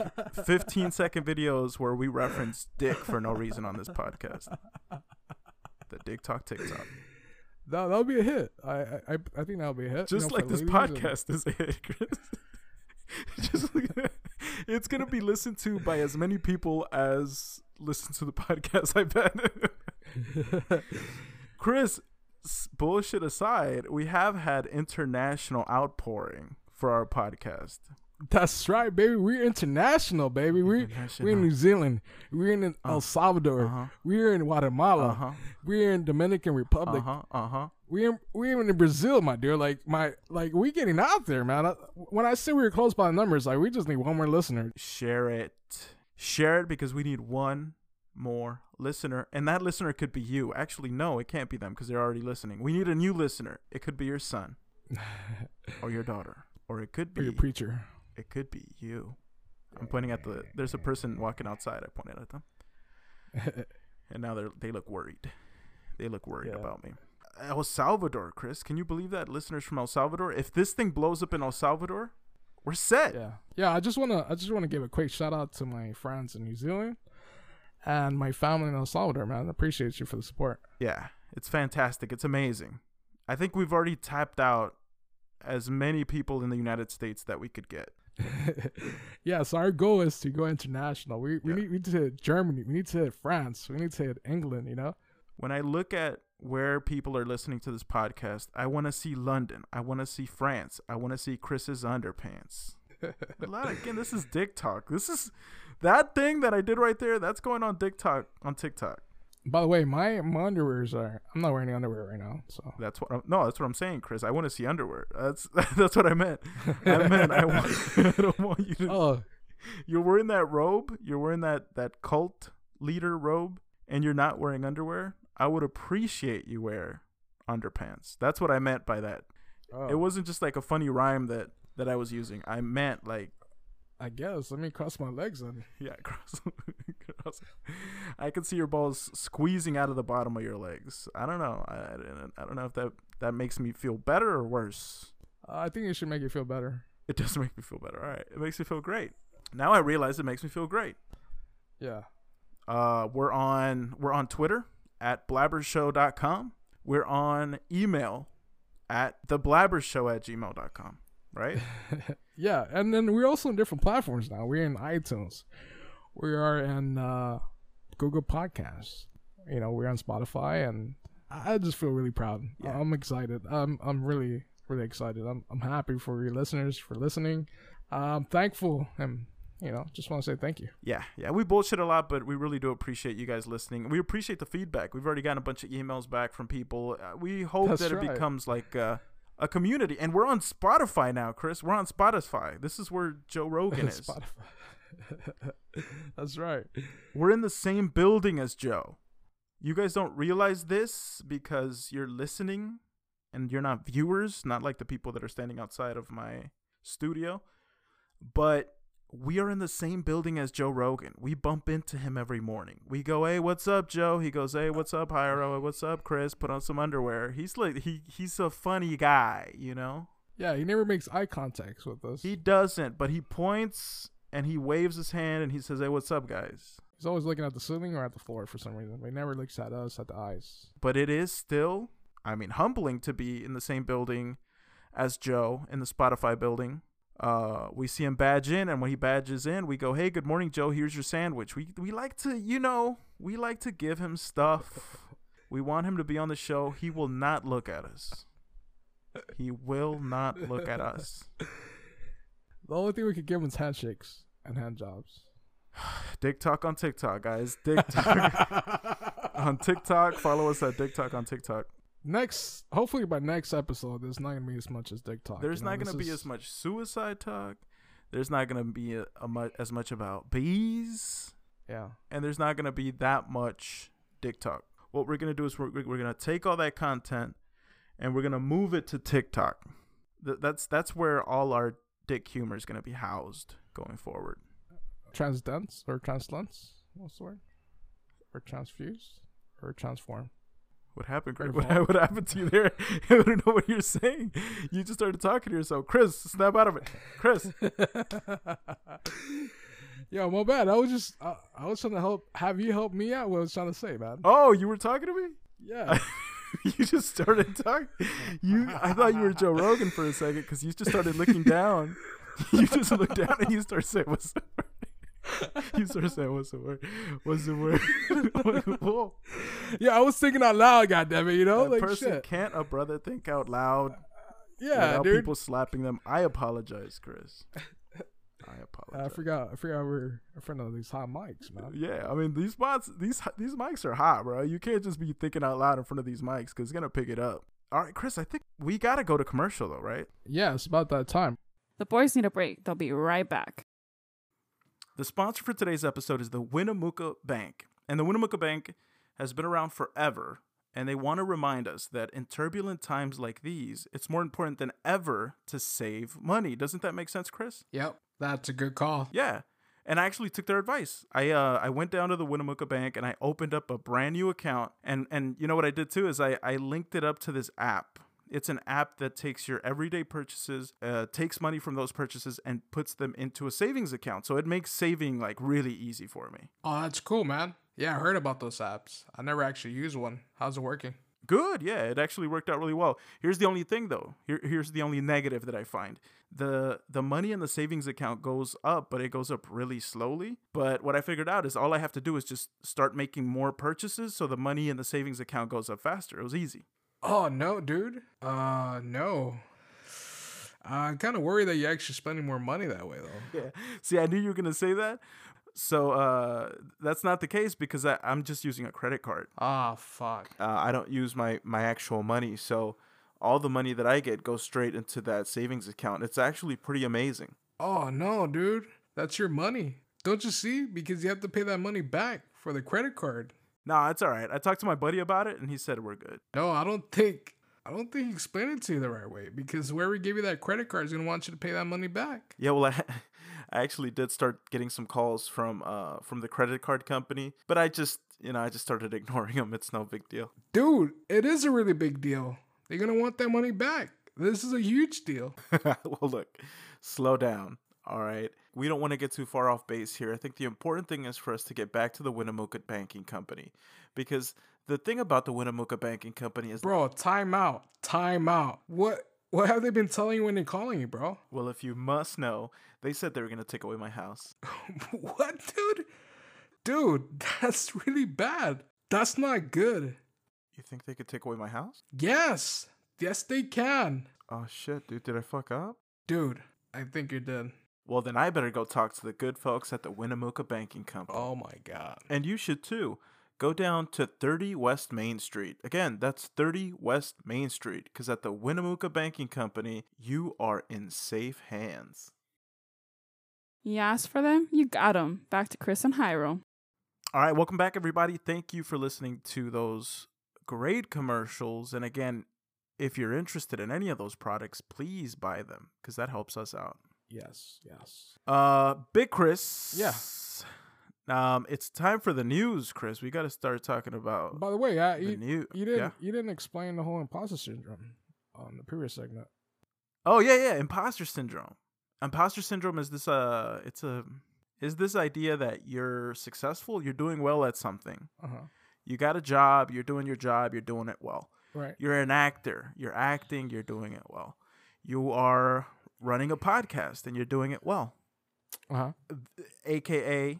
Speaker 1: 15 second videos where we reference dick for no reason on this podcast. The Dick Talk TikTok.
Speaker 2: That that'll be a hit. I I, I I think that'll be a hit. you
Speaker 1: just
Speaker 2: know,
Speaker 1: like
Speaker 2: for
Speaker 1: this
Speaker 2: ladies and-
Speaker 1: podcast is a hit, Chris. just like- it's gonna be listened to by as many people as listen to the podcast. I bet. Chris, s- bullshit aside, we have had international outpouring for our podcast.
Speaker 2: That's right, baby. We're international, baby. We
Speaker 1: International.
Speaker 2: we're in New Zealand. We're in El Salvador.
Speaker 1: uh-huh.
Speaker 2: We're in Guatemala.
Speaker 1: Uh huh.
Speaker 2: We're in Dominican Republic.
Speaker 1: Uh huh. Uh huh.
Speaker 2: We're in, we're even in Brazil, my dear. Like my like we getting out there, man. I, when I say we were close by the numbers, like we just need one more listener.
Speaker 1: Share it. Share it because we need one more listener, and that listener could be you. Actually, no, it can't be them because they're already listening. We need a new listener. It could be your son. or your daughter, or it could
Speaker 2: Or
Speaker 1: be
Speaker 2: your preacher.
Speaker 1: it could be you. I'm pointing at the there's a person walking outside. I pointed at them, and now they are they look worried. They look worried
Speaker 2: Yeah.
Speaker 1: about me. El Salvador, Chris, can you believe that listeners from El Salvador? If this thing blows up in El Salvador, We're set.
Speaker 2: Yeah. Yeah, I just wanna I just wanna give a quick shout out to my friends in New Zealand and my family in El Salvador, man. I appreciate you for the support.
Speaker 1: Yeah, it's fantastic. It's amazing. I think we've already tapped out as many people in the United States that we could get.
Speaker 2: yeah, so our goal is to go international. We we
Speaker 1: Yeah.
Speaker 2: need we need to hit Germany, we need to hit France, we need to hit England, you know?
Speaker 1: When I look at where people are listening to this podcast, I want to see London. I want to see France. I want to see Chris's underpants. A lot- again, this is Dick Talk. This is that thing that I did right there. That's going on Dick Talk on TikTok.
Speaker 2: By the way, my, my underwears are I'm not wearing any underwear right now, so
Speaker 1: That's what. I'm, no, that's what I'm saying, Chris. I want to see underwear. That's that's what I meant. I meant I, want, I don't want you to
Speaker 2: Oh
Speaker 1: you're wearing that robe, you're wearing that that cult leader robe, and you're not wearing underwear, I would appreciate you wear underpants. That's what I meant by that.
Speaker 2: oh,
Speaker 1: It wasn't just like a funny rhyme that that I was using. I meant like
Speaker 2: I guess. Let me cross my legs then.
Speaker 1: yeah, cross, cross. I can see your balls squeezing out of the bottom of your legs. I don't know. I, I don't- I don't know if that that makes me feel better or worse.
Speaker 2: Uh, I think it should make you feel better.
Speaker 1: It does make me feel better. All right, it makes me feel great. Now I realize it makes me feel great.
Speaker 2: Yeah.
Speaker 1: Uh, we're on we're on Twitter at blabbershow.com. We're on email at theblabbershow at gmail.com. Right?
Speaker 2: yeah, and then we're also on different platforms now. We're in iTunes. We are in uh, Google Podcasts. You know, we're on Spotify, and I I just feel really proud.
Speaker 1: Yeah.
Speaker 2: I'm excited. I'm I'm really really excited. I'm I'm happy for your listeners for listening. I'm thankful, and you know, just want to say thank you.
Speaker 1: yeah, yeah. We bullshit a lot, but we really do appreciate you guys listening. We appreciate the feedback. We've already gotten a bunch of emails back from people. Uh, we hope
Speaker 2: That's
Speaker 1: that it
Speaker 2: right.
Speaker 1: becomes like uh, a community. And we're on Spotify now, Chris. We're on Spotify. This is where Joe Rogan is.
Speaker 2: Spotify. That's right.
Speaker 1: We're in the same building as Joe. You guys don't realize this because you're listening and you're not viewers, not like the people that are standing outside of my studio. But we are in the same building as Joe Rogan. We bump into him every morning. We go, "Hey, what's up, Joe?" He goes, "Hey, what's up, Hiro? Hey, What's up, Chris? Put on some underwear." He's like he he's a funny guy, you know?
Speaker 2: Yeah, he never makes eye contact with us.
Speaker 1: He doesn't, but he points and he waves his hand and he says, "Hey, what's up, guys?"
Speaker 2: He's always looking at the ceiling or at the floor for some reason. But he never looks at us at the eyes.
Speaker 1: but it is still i mean humbling to be in the same building as joe in the spotify building uh, we see him badge in and when he badges in we go hey good morning joe here's your sandwich we, we like to you know we like to give him stuff we want him to be on the show he will not look at us he will not look at us
Speaker 2: The only thing we could give him is handshakes and hand jobs.
Speaker 1: dick talk on tiktok guys dick talk on tiktok follow us at dick talk on tiktok
Speaker 2: Next, hopefully by next episode, there's not gonna be as much as dick talk.
Speaker 1: There's
Speaker 2: you know,
Speaker 1: not going to
Speaker 2: this
Speaker 1: be
Speaker 2: is-
Speaker 1: as much suicide talk. There's not going to be a, a mu- as much about bees,
Speaker 2: Yeah,
Speaker 1: and there's not going to be that much dick talk. What we're going to do is we're, we're going to take all that content and we're going to move it to TikTok. Th- that's that's where all our dick humor is going to be housed going forward.
Speaker 2: transdense or translance. What's the word? Or transfuse or transform.
Speaker 1: What happened, Greg?
Speaker 2: Greg
Speaker 1: What,
Speaker 2: Paul.
Speaker 1: what happened to you there? I don't know what you're saying. You just started talking to yourself. Chris, snap out of it. Chris,
Speaker 2: Yo, my bad. I was just I, I was trying to help. Have you helped me out? What I was trying to say, man.
Speaker 1: oh, you were talking to me?
Speaker 2: Yeah.
Speaker 1: you just started talking. You, I thought you were Joe Rogan for a second because you just started looking down. You just looked down and you start saying, "What's the word?" You start saying, "What's the word? What's the word?" I'm like, whoa.
Speaker 2: yeah, I was thinking out loud. Goddamn it, you
Speaker 1: A
Speaker 2: know, like
Speaker 1: person
Speaker 2: shit.
Speaker 1: can't a brother think out loud
Speaker 2: Yeah,
Speaker 1: without
Speaker 2: dude.
Speaker 1: people slapping them. I apologize, Chris. I
Speaker 2: I
Speaker 1: apologize.
Speaker 2: forgot. I forgot we're in front of these hot mics, man.
Speaker 1: yeah, I mean these spots, these these mics are hot, bro. You can't just be thinking out loud in front of these mics because it's gonna pick it up. All right, Chris, I think we gotta go to commercial though, right?
Speaker 2: Yeah, it's about that time.
Speaker 3: The boys need a break. They'll be right back.
Speaker 1: The sponsor for today's episode is the Winnemucca Bank. And the Winnemucca Bank has been around forever, and they want to remind us that in turbulent times like these, it's more important than ever to save money. Doesn't that make sense, Chris?
Speaker 2: Yep, that's a good call.
Speaker 1: Yeah. And I actually took their advice. I uh, I went down to the Winnemucca Bank and I opened up a brand new account. And and you know what I did too is I, I linked it up to this app. It's an app that takes your everyday purchases, uh, takes money from those purchases, and puts them into a savings account. So it makes saving like really easy for me.
Speaker 2: Oh, that's cool, man. Yeah, I heard about those apps. I never actually used one. How's it working?
Speaker 1: Good, yeah, it actually worked out really well. Here's the only thing though. Here, here's the only negative that I find. The the money in the savings account goes up, but it goes up really slowly. But what I figured out is all I have to do is just start making more purchases so the money in the savings account goes up faster. It was easy.
Speaker 2: Oh no, dude. Uh, no. I'm kind of worried that you're actually spending more money that way, though.
Speaker 1: Yeah. See, I knew you were gonna say that. So uh, that's not the case because I, I'm just using a credit card.
Speaker 2: Ah, fuck.
Speaker 1: uh, I don't use my my actual money, so all the money that I get goes straight into that savings account. It's actually pretty amazing.
Speaker 2: Oh no, dude. That's your money. Don't you see? Because you have to pay that money back for the credit card.
Speaker 1: Nah, it's all right. I talked to my buddy about it, and he said we're good.
Speaker 2: No, I don't think. I don't think he explained it to you the right way because whoever gave you that credit card is gonna want you to pay that money back.
Speaker 1: Yeah, well, I, I actually did start getting some calls from uh from the credit card company, but I just you know I just started ignoring them. It's no big deal.
Speaker 2: Dude, it is a really big deal. They're gonna want that money back. This is a huge deal.
Speaker 1: well, look, slow down. All right, we don't want to get too far off base here. I think the important thing is for us to get back to the Winnemucca Banking Company, because the thing about the Winnemucca Banking Company is
Speaker 2: Bro, time out. Time out. What what have they been telling you when they're calling you, bro?
Speaker 1: Well, if you must know, they said they were going to take away my house.
Speaker 2: what, dude? Dude, that's really bad. That's not good.
Speaker 1: You think they could take away my house?
Speaker 2: Yes. Yes, they can.
Speaker 1: Oh, shit, dude. Did I fuck up?
Speaker 2: Dude, I think you're dead.
Speaker 1: Well, then I better go talk to the good folks at the Winnemucca Banking Company.
Speaker 2: Oh my god.
Speaker 1: And you should too. Go down to 30 West Main Street. Again, that's 30 West Main Street, because at the Winnemucca Banking Company, you are in safe hands.
Speaker 3: You asked for them, you got them. Back to Chris and Hyrule.
Speaker 1: All right, welcome back, everybody. Thank you for listening to those great commercials. And again, if you're interested in any of those products, please buy them because that helps us out.
Speaker 2: Yes, yes.
Speaker 1: Uh, Big Chris. Um, it's time for the news, Chris. We got to start talking about
Speaker 2: By the way, I,
Speaker 1: the
Speaker 2: uh, you,
Speaker 1: news.
Speaker 2: you didn't
Speaker 1: Yeah.
Speaker 2: you didn't explain the whole imposter syndrome on the previous segment.
Speaker 1: Oh yeah, yeah. Imposter syndrome. Imposter syndrome is this. Uh, it's a is this idea that you're successful, you're doing well at something.
Speaker 2: Uh-huh.
Speaker 1: You got a job, you're doing your job, you're doing it well.
Speaker 2: Right.
Speaker 1: You're an actor. You're acting. You're doing it well. You are running a podcast and you're doing it well.
Speaker 2: Uh-huh.
Speaker 1: AKA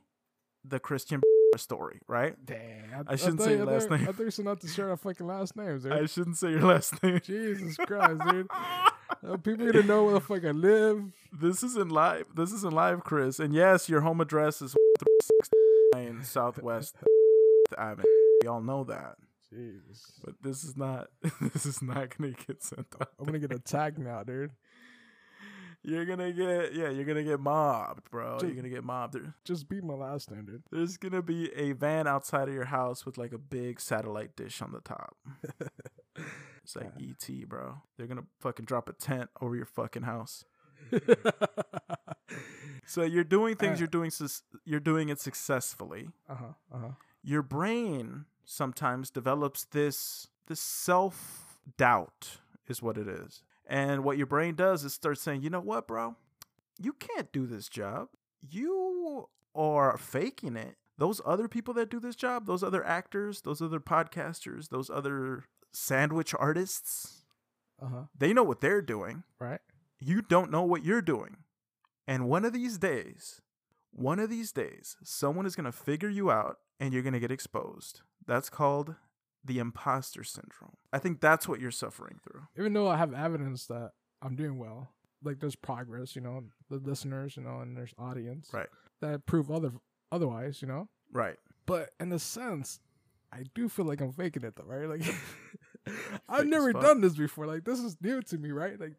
Speaker 1: the Christian story, right?
Speaker 2: Damn.
Speaker 1: I shouldn't
Speaker 2: thought
Speaker 1: say
Speaker 2: you-
Speaker 1: your last
Speaker 2: I thought,
Speaker 1: name.
Speaker 2: I thought you said not to share our fucking last names, dude.
Speaker 1: I shouldn't say your last name.
Speaker 2: Jesus Christ, dude. Uh, People are gonna know where the fuck I live.
Speaker 1: This isn't live. This isn't live, Chris. And yes, your home address is 69 Southwest Avenue. We all know that.
Speaker 2: Jesus.
Speaker 1: But this is not. This is not gonna get sent out.
Speaker 2: I'm gonna get attacked now, dude.
Speaker 1: You're gonna get. Yeah, you're gonna get mobbed, bro. You're
Speaker 2: Dude.
Speaker 1: gonna get mobbed. There-
Speaker 2: Just beat my last name, dude.
Speaker 1: There's gonna be a van outside of your house with like a big satellite dish on the top. It's like ET, bro. They're gonna fucking drop a tent over your fucking house. So you're doing things.
Speaker 2: Uh.
Speaker 1: You're doing. Sus- you're doing it successfully.
Speaker 2: uh huh. Uh huh.
Speaker 1: your brain sometimes develops this this self doubt is what it is and what your brain does is start saying you know what bro you can't do this job you are faking it those other people that do this job those other actors those other podcasters those other sandwich artists
Speaker 2: Uh huh.
Speaker 1: they know what they're doing
Speaker 2: Right.
Speaker 1: you don't know what you're doing. And one of these days, one of these days, someone is going to figure you out and you're going to get exposed. That's called the imposter syndrome. I think that's what you're suffering through.
Speaker 2: Even though I have evidence that I'm doing well, like there's progress, you know, the listeners, you know, and there's audience,
Speaker 1: Right.
Speaker 2: That prove other otherwise, you know.
Speaker 1: Right.
Speaker 2: But in a sense, I do feel like I'm faking it though, right? Like I've
Speaker 1: as
Speaker 2: never
Speaker 1: fuck.
Speaker 2: done this before. Like this is new to me, right? Like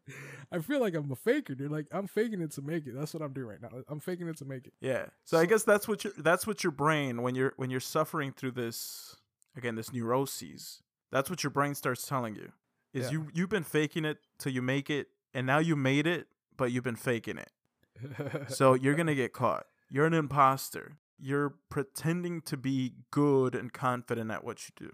Speaker 2: I feel like I'm a faker, dude. Like I'm faking it to make it. That's what I'm doing right now. I'm faking it to make it.
Speaker 1: Yeah. So, I guess that's what your that's what your brain when you're when you're suffering through this again this neuroses. That's what your brain starts telling you. Is
Speaker 2: Yeah.
Speaker 1: you you've been faking it till you make it and now you made it but you've been faking it. so you're gonna get caught. You're an imposter. You're pretending to be good and confident at what you do.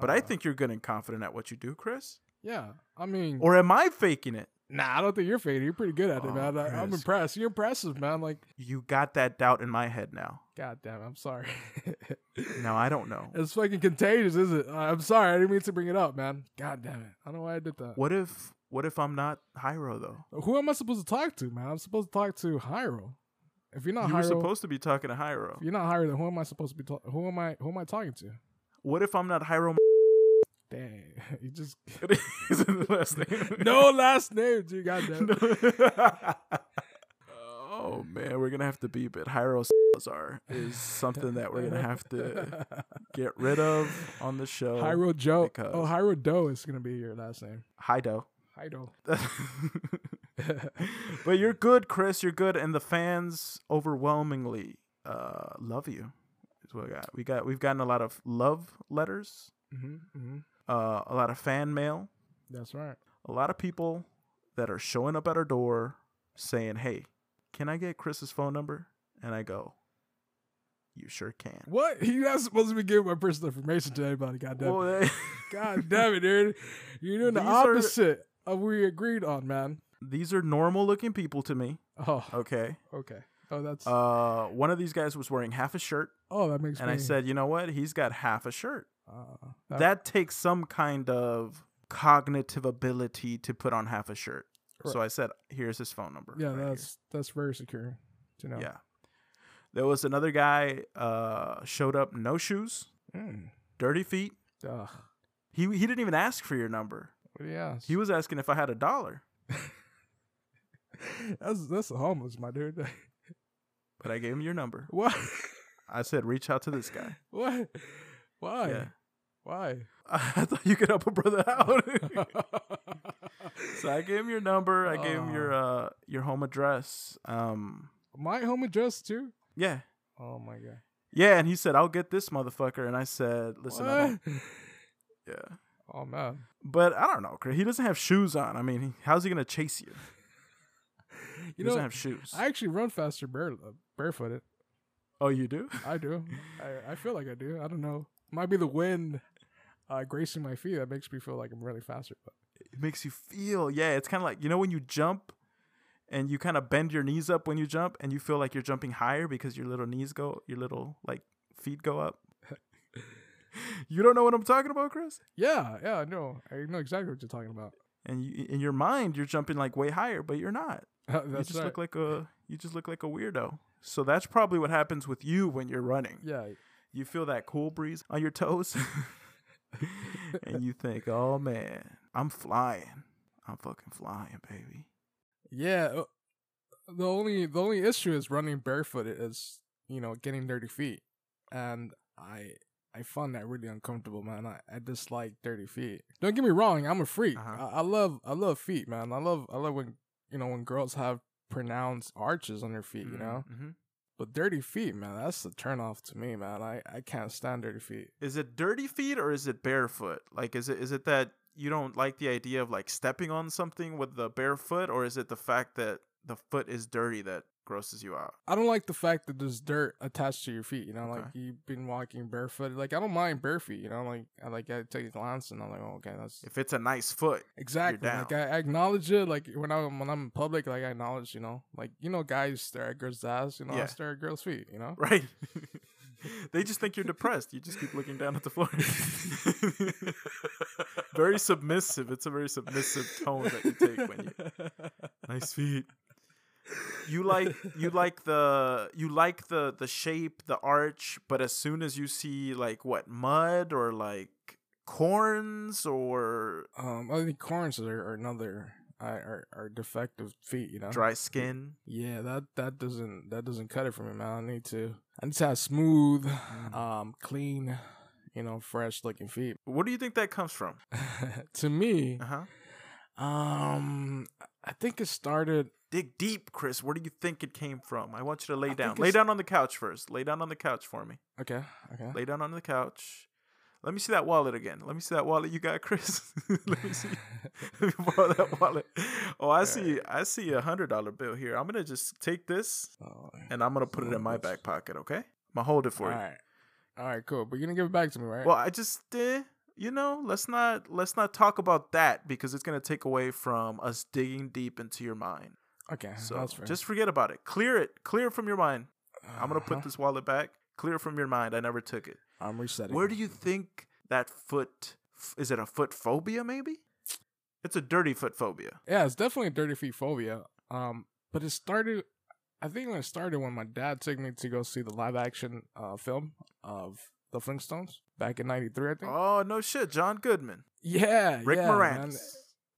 Speaker 1: But I
Speaker 2: Uh,
Speaker 1: think you're good and confident at what you do, Chris.
Speaker 2: Yeah, I mean,
Speaker 1: Or am I faking it?
Speaker 2: nah, I don't think you're fading. You're pretty good at it,
Speaker 1: Oh,
Speaker 2: man. I, I'm
Speaker 1: Chris.
Speaker 2: impressed. You're impressive, man. Like,
Speaker 1: You got that doubt in my head now.
Speaker 2: god damn, I'm sorry.
Speaker 1: Now I don't know.
Speaker 2: it's fucking contagious, is it? I- I'm sorry, I didn't mean to bring it up, man. God damn it, I don't know why I did that.
Speaker 1: What if what if I'm not Hyro though?
Speaker 2: Who am I supposed to talk to, man? I'm supposed to talk to Hyro. If you're not
Speaker 1: You were
Speaker 2: Hyro,
Speaker 1: supposed to be talking to Hyro.
Speaker 2: if you're not Hyro, then who am I supposed to be? talking? who am I? Who am I talking to?
Speaker 1: What if I'm not Hyro?
Speaker 2: Dang, you just
Speaker 1: is the last name.
Speaker 2: no last name, dude. Goddamn.
Speaker 1: No. oh man, we're gonna have to beep it. Hyro Salazar is something that we're gonna have to get rid of on the show.
Speaker 2: Hyro Joe.
Speaker 1: because-
Speaker 2: Oh, Hyro Doe is gonna be your last name.
Speaker 1: Hydo.
Speaker 2: Hyro.
Speaker 1: but you're good, Chris. You're good, and the fans overwhelmingly uh, love you. Is what we got. We got. We've gotten a lot of love letters,
Speaker 2: Mm-hmm, mm-hmm.
Speaker 1: uh, a lot of fan mail,
Speaker 2: That's right.
Speaker 1: a lot of people that are showing up at our door saying, "Hey, can I get Chris's phone number?" And I go, "You sure can."
Speaker 2: What? You're not supposed to be giving my personal information to anybody. Goddamn.
Speaker 1: Well, eh,
Speaker 2: God damn it, dude. You're doing the
Speaker 1: These are-
Speaker 2: opposite of what we agreed on, man.
Speaker 1: these are normal-looking people to me.
Speaker 2: Oh,
Speaker 1: Okay.
Speaker 2: okay. Oh, that's.
Speaker 1: Uh, one of these guys was wearing half a shirt,
Speaker 2: oh, that makes
Speaker 1: and
Speaker 2: me.
Speaker 1: I said, "You know what? He's got half a shirt."
Speaker 2: uh, that,
Speaker 1: that takes some kind of cognitive ability to put on half a shirt. So
Speaker 2: Right.
Speaker 1: I said, "Here's his phone number."
Speaker 2: Yeah,
Speaker 1: right here."
Speaker 2: that's that's very secure to know.
Speaker 1: yeah. There was another guy uh, showed up, no shoes,
Speaker 2: Mm.
Speaker 1: dirty feet.
Speaker 2: Ugh.
Speaker 1: He he didn't even ask for your number.
Speaker 2: What do you ask?
Speaker 1: He was asking if I had a dollar,
Speaker 2: that's that's homeless, my dude.
Speaker 1: but I gave him your number.
Speaker 2: what?
Speaker 1: I said, "Reach out to this guy."
Speaker 2: What? Why?
Speaker 1: Yeah.
Speaker 2: Why?
Speaker 1: I thought you could help a brother out. so I gave him your number. I gave him your uh, your home address. Um,
Speaker 2: my home address too.
Speaker 1: yeah,
Speaker 2: Oh my god.
Speaker 1: Yeah, and he said, "I'll get this motherfucker," and I said, "Listen, I don't,
Speaker 2: What?
Speaker 1: yeah."
Speaker 2: Oh man.
Speaker 1: But I don't know, Chris. He doesn't have shoes on. I mean, how's he gonna chase you?
Speaker 2: You
Speaker 1: He
Speaker 2: know,
Speaker 1: doesn't have shoes.
Speaker 2: I actually run faster bare uh, barefooted.
Speaker 1: oh, you do?
Speaker 2: I do. I, I feel like I do. I don't know. Might be the wind uh, gracing my feet that makes me feel like I'm really faster. But
Speaker 1: It makes you feel. Yeah, it's kind of like you know when you jump, and you kind of bend your knees up when you jump, and you feel like you're jumping higher because your little knees go, your little like feet go up. you don't know what I'm talking about, Chris.
Speaker 2: yeah, yeah, no, I know exactly what you're talking about.
Speaker 1: And you, in your mind, you're jumping like way higher, but you're not.
Speaker 2: That's
Speaker 1: You just
Speaker 2: right.
Speaker 1: look like a you just look like a weirdo. So that's probably what happens with you when you're running.
Speaker 2: yeah,
Speaker 1: you feel that cool breeze on your toes and you think oh man i'm flying i'm fucking flying baby
Speaker 2: yeah. uh, The only the only issue is running barefooted is you know getting dirty feet, and I I find that really uncomfortable, man. I, I dislike dirty feet. Don't get me wrong, I'm a freak.
Speaker 1: Uh-huh.
Speaker 2: I, I love I love feet, man. I love I love when you know when girls have pronounced arches on their feet, you know.
Speaker 1: Mhm.
Speaker 2: But dirty feet, man, that's the turn off to me, man. I, I can't stand dirty feet.
Speaker 1: is it dirty feet or is it barefoot like is it is it that you don't like the idea of like stepping on something with the bare foot or is it the fact that the foot is dirty that grosses you out
Speaker 2: I don't like the fact that there's dirt attached to your feet, you know, like
Speaker 1: Okay.
Speaker 2: you've been walking barefoot. Like I don't mind bare feet, you know, like I like I take a glance and I'm like, oh, okay, that's
Speaker 1: if it's a nice foot
Speaker 2: exactly like I,
Speaker 1: down.
Speaker 2: I acknowledge it. Like when I'm when I'm in public, like I acknowledge, you know, like you know, guys stare at girls' ass, you know, I
Speaker 1: Yeah.
Speaker 2: stare at girls' feet, you know.
Speaker 1: right they just think you're depressed you just keep looking down at the floor very submissive it's a very submissive tone that you take when you nice feet you like you like the you like the the shape the arch but as soon as you see like what mud or like corns or
Speaker 2: um, I think corns are, are another I are, are defective feet, you know.
Speaker 1: dry skin
Speaker 2: Yeah, that that doesn't that doesn't cut it for me, man. I need to I need to have smooth,
Speaker 1: Mm-hmm.
Speaker 2: um, clean, you know, fresh looking feet.
Speaker 1: what do you think that comes from
Speaker 2: to me,
Speaker 1: uh-huh
Speaker 2: um, I think it started.
Speaker 1: dig deep chris where do you think it came from i want you to lay
Speaker 2: I
Speaker 1: down
Speaker 2: think
Speaker 1: lay
Speaker 2: it's-
Speaker 1: down on the couch first lay down on the couch for me
Speaker 2: Okay, okay.
Speaker 1: lay down on the couch let me see that wallet again let me see that wallet you got chris let me see Let me borrow that wallet. Oh, I see. I see a hundred dollar bill here. I'm gonna just take this
Speaker 2: Oh,
Speaker 1: and I'm gonna put it in my back pocket. Okay, I'm gonna hold it
Speaker 2: all
Speaker 1: for you.
Speaker 2: right, all right, cool. But you're gonna give it back to me, right?
Speaker 1: Well, I just eh, you know let's not let's not talk about that because it's gonna take away from us digging deep into your mind
Speaker 2: Okay,
Speaker 1: so
Speaker 2: that's fair.
Speaker 1: just forget about it clear it clear it from your mind i'm gonna put
Speaker 2: Uh-huh.
Speaker 1: this wallet back clear it from your mind i never took it
Speaker 2: I'm resetting.
Speaker 1: where do you think that foot f- is it a foot phobia maybe it's a dirty foot phobia
Speaker 2: Yeah, it's definitely a dirty feet phobia. Um, but it started. I think when it started when my dad took me to go see the live action uh film of the Flintstones back in '93. I think.
Speaker 1: oh no shit john goodman
Speaker 2: yeah,
Speaker 1: rick
Speaker 2: yeah, man.
Speaker 1: moranis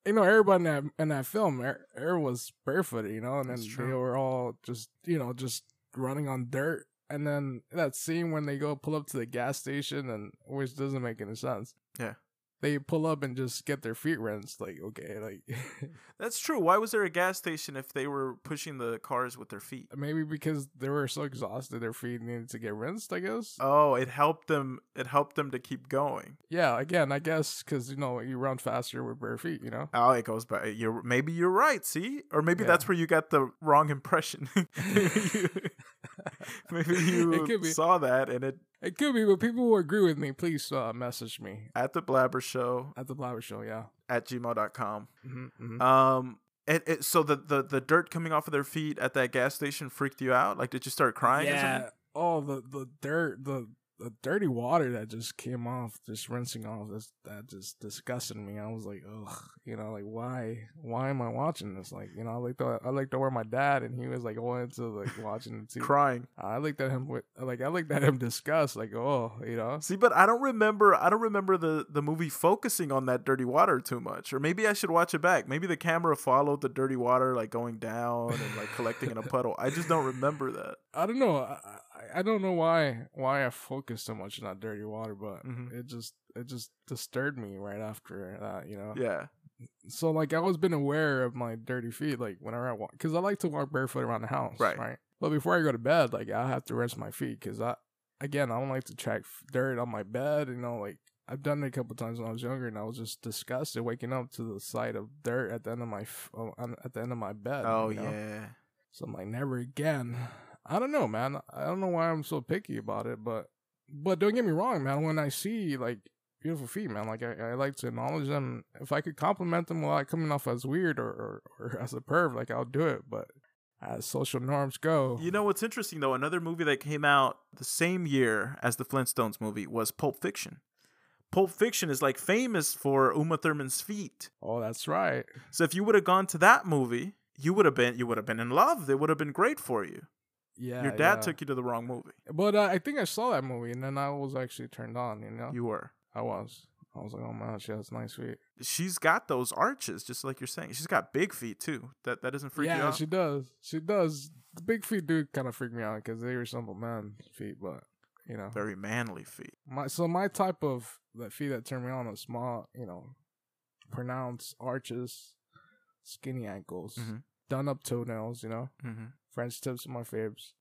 Speaker 2: You know, everybody in that in that film, er, er was barefooted. You know, and then
Speaker 1: That's
Speaker 2: they
Speaker 1: true.
Speaker 2: were all just you know just running on dirt. And then that scene when they go pull up to the gas station, and which doesn't make any sense.
Speaker 1: Yeah.
Speaker 2: They pull up and just get their feet rinsed. Like, okay, like
Speaker 1: that's true why was there a gas station if they were pushing the cars with their feet
Speaker 2: maybe because they were so exhausted their feet needed to get rinsed i guess
Speaker 1: oh it helped them it helped them to keep going
Speaker 2: yeah again i guess because you know you run faster with bare feet you know
Speaker 1: Oh, it goes by. You're maybe you're right. See, or maybe
Speaker 2: Yeah.
Speaker 1: that's where you got the wrong impression. maybe you, maybe you
Speaker 2: It could be.
Speaker 1: saw that, and it
Speaker 2: it could be but people who agree with me please uh message me
Speaker 1: at the Blabber Show
Speaker 2: at the blabber show yeah
Speaker 1: at gmail.com.
Speaker 2: mm-hmm,
Speaker 1: Um, it, it so the, the the dirt coming off of their feet at that gas station freaked you out. Like, did you start crying? Or
Speaker 2: yeah
Speaker 1: something?
Speaker 2: oh the the dirt the the dirty water that just came off just rinsing off this that just disgusted me i was like ugh you know like why why am i watching this like you know i looked i looked over at my dad and he was like going into like watching the tv
Speaker 1: Crying.
Speaker 2: I looked at him with like I looked at him disgust, like oh, you know.
Speaker 1: See, but I don't remember. I don't remember the the movie focusing on that dirty water too much. Or maybe I should watch it back. Maybe the camera followed the dirty water like going down and like collecting in a puddle. I just don't remember that.
Speaker 2: I don't know. I, I- I don't know why why I focused so much on that dirty water, but
Speaker 1: Mhm.
Speaker 2: it just it just disturbed me right after that, you know.
Speaker 1: Yeah.
Speaker 2: So like I always been aware of my dirty feet, like whenever I walk, because I like to walk barefoot around the house,
Speaker 1: Right.
Speaker 2: But before I go to bed, like I have to rinse my feet because I, again, I don't like to track f- dirt on my bed. You know, like I've done it a couple times when I was younger, and I was just disgusted waking up to the sight of dirt at the end of my f- uh, on- at the end of my bed.
Speaker 1: Oh
Speaker 2: you know?
Speaker 1: yeah.
Speaker 2: So I'm like, never again. I don't know, man. I don't know why I'm so picky about it, but but don't get me wrong, man. When I see like beautiful feet, man, like I, I like to acknowledge them. If I could compliment them without coming off as weird or, or, or as a perv, like I'll do it. But as social norms go,
Speaker 1: You know what's interesting though? Another movie that came out the same year as the Flintstones movie was Pulp Fiction. Pulp Fiction is like famous for Uma Thurman's feet.
Speaker 2: oh, that's right.
Speaker 1: So if you would have gone to that movie, you would have been you would have been in love. It would have been great for you.
Speaker 2: Yeah,
Speaker 1: Your dad
Speaker 2: yeah.
Speaker 1: took you to the wrong movie.
Speaker 2: But uh, I think I saw that movie, and then I was actually turned on. You know,
Speaker 1: You were.
Speaker 2: I was. I was like, oh man, she has nice feet.
Speaker 1: She's got those arches, just like you're saying. She's got big feet too. That that doesn't freak
Speaker 2: yeah,
Speaker 1: you out.
Speaker 2: she does. She does. The big feet do kind of freak me out because they resemble man feet, but you know,
Speaker 1: Very manly feet.
Speaker 2: my so my type of that feet that turn me on are small, you know, pronounced arches, skinny ankles,
Speaker 1: Mhm.
Speaker 2: done up toenails, you know,
Speaker 1: Mm-hmm.
Speaker 2: French tips are my faves,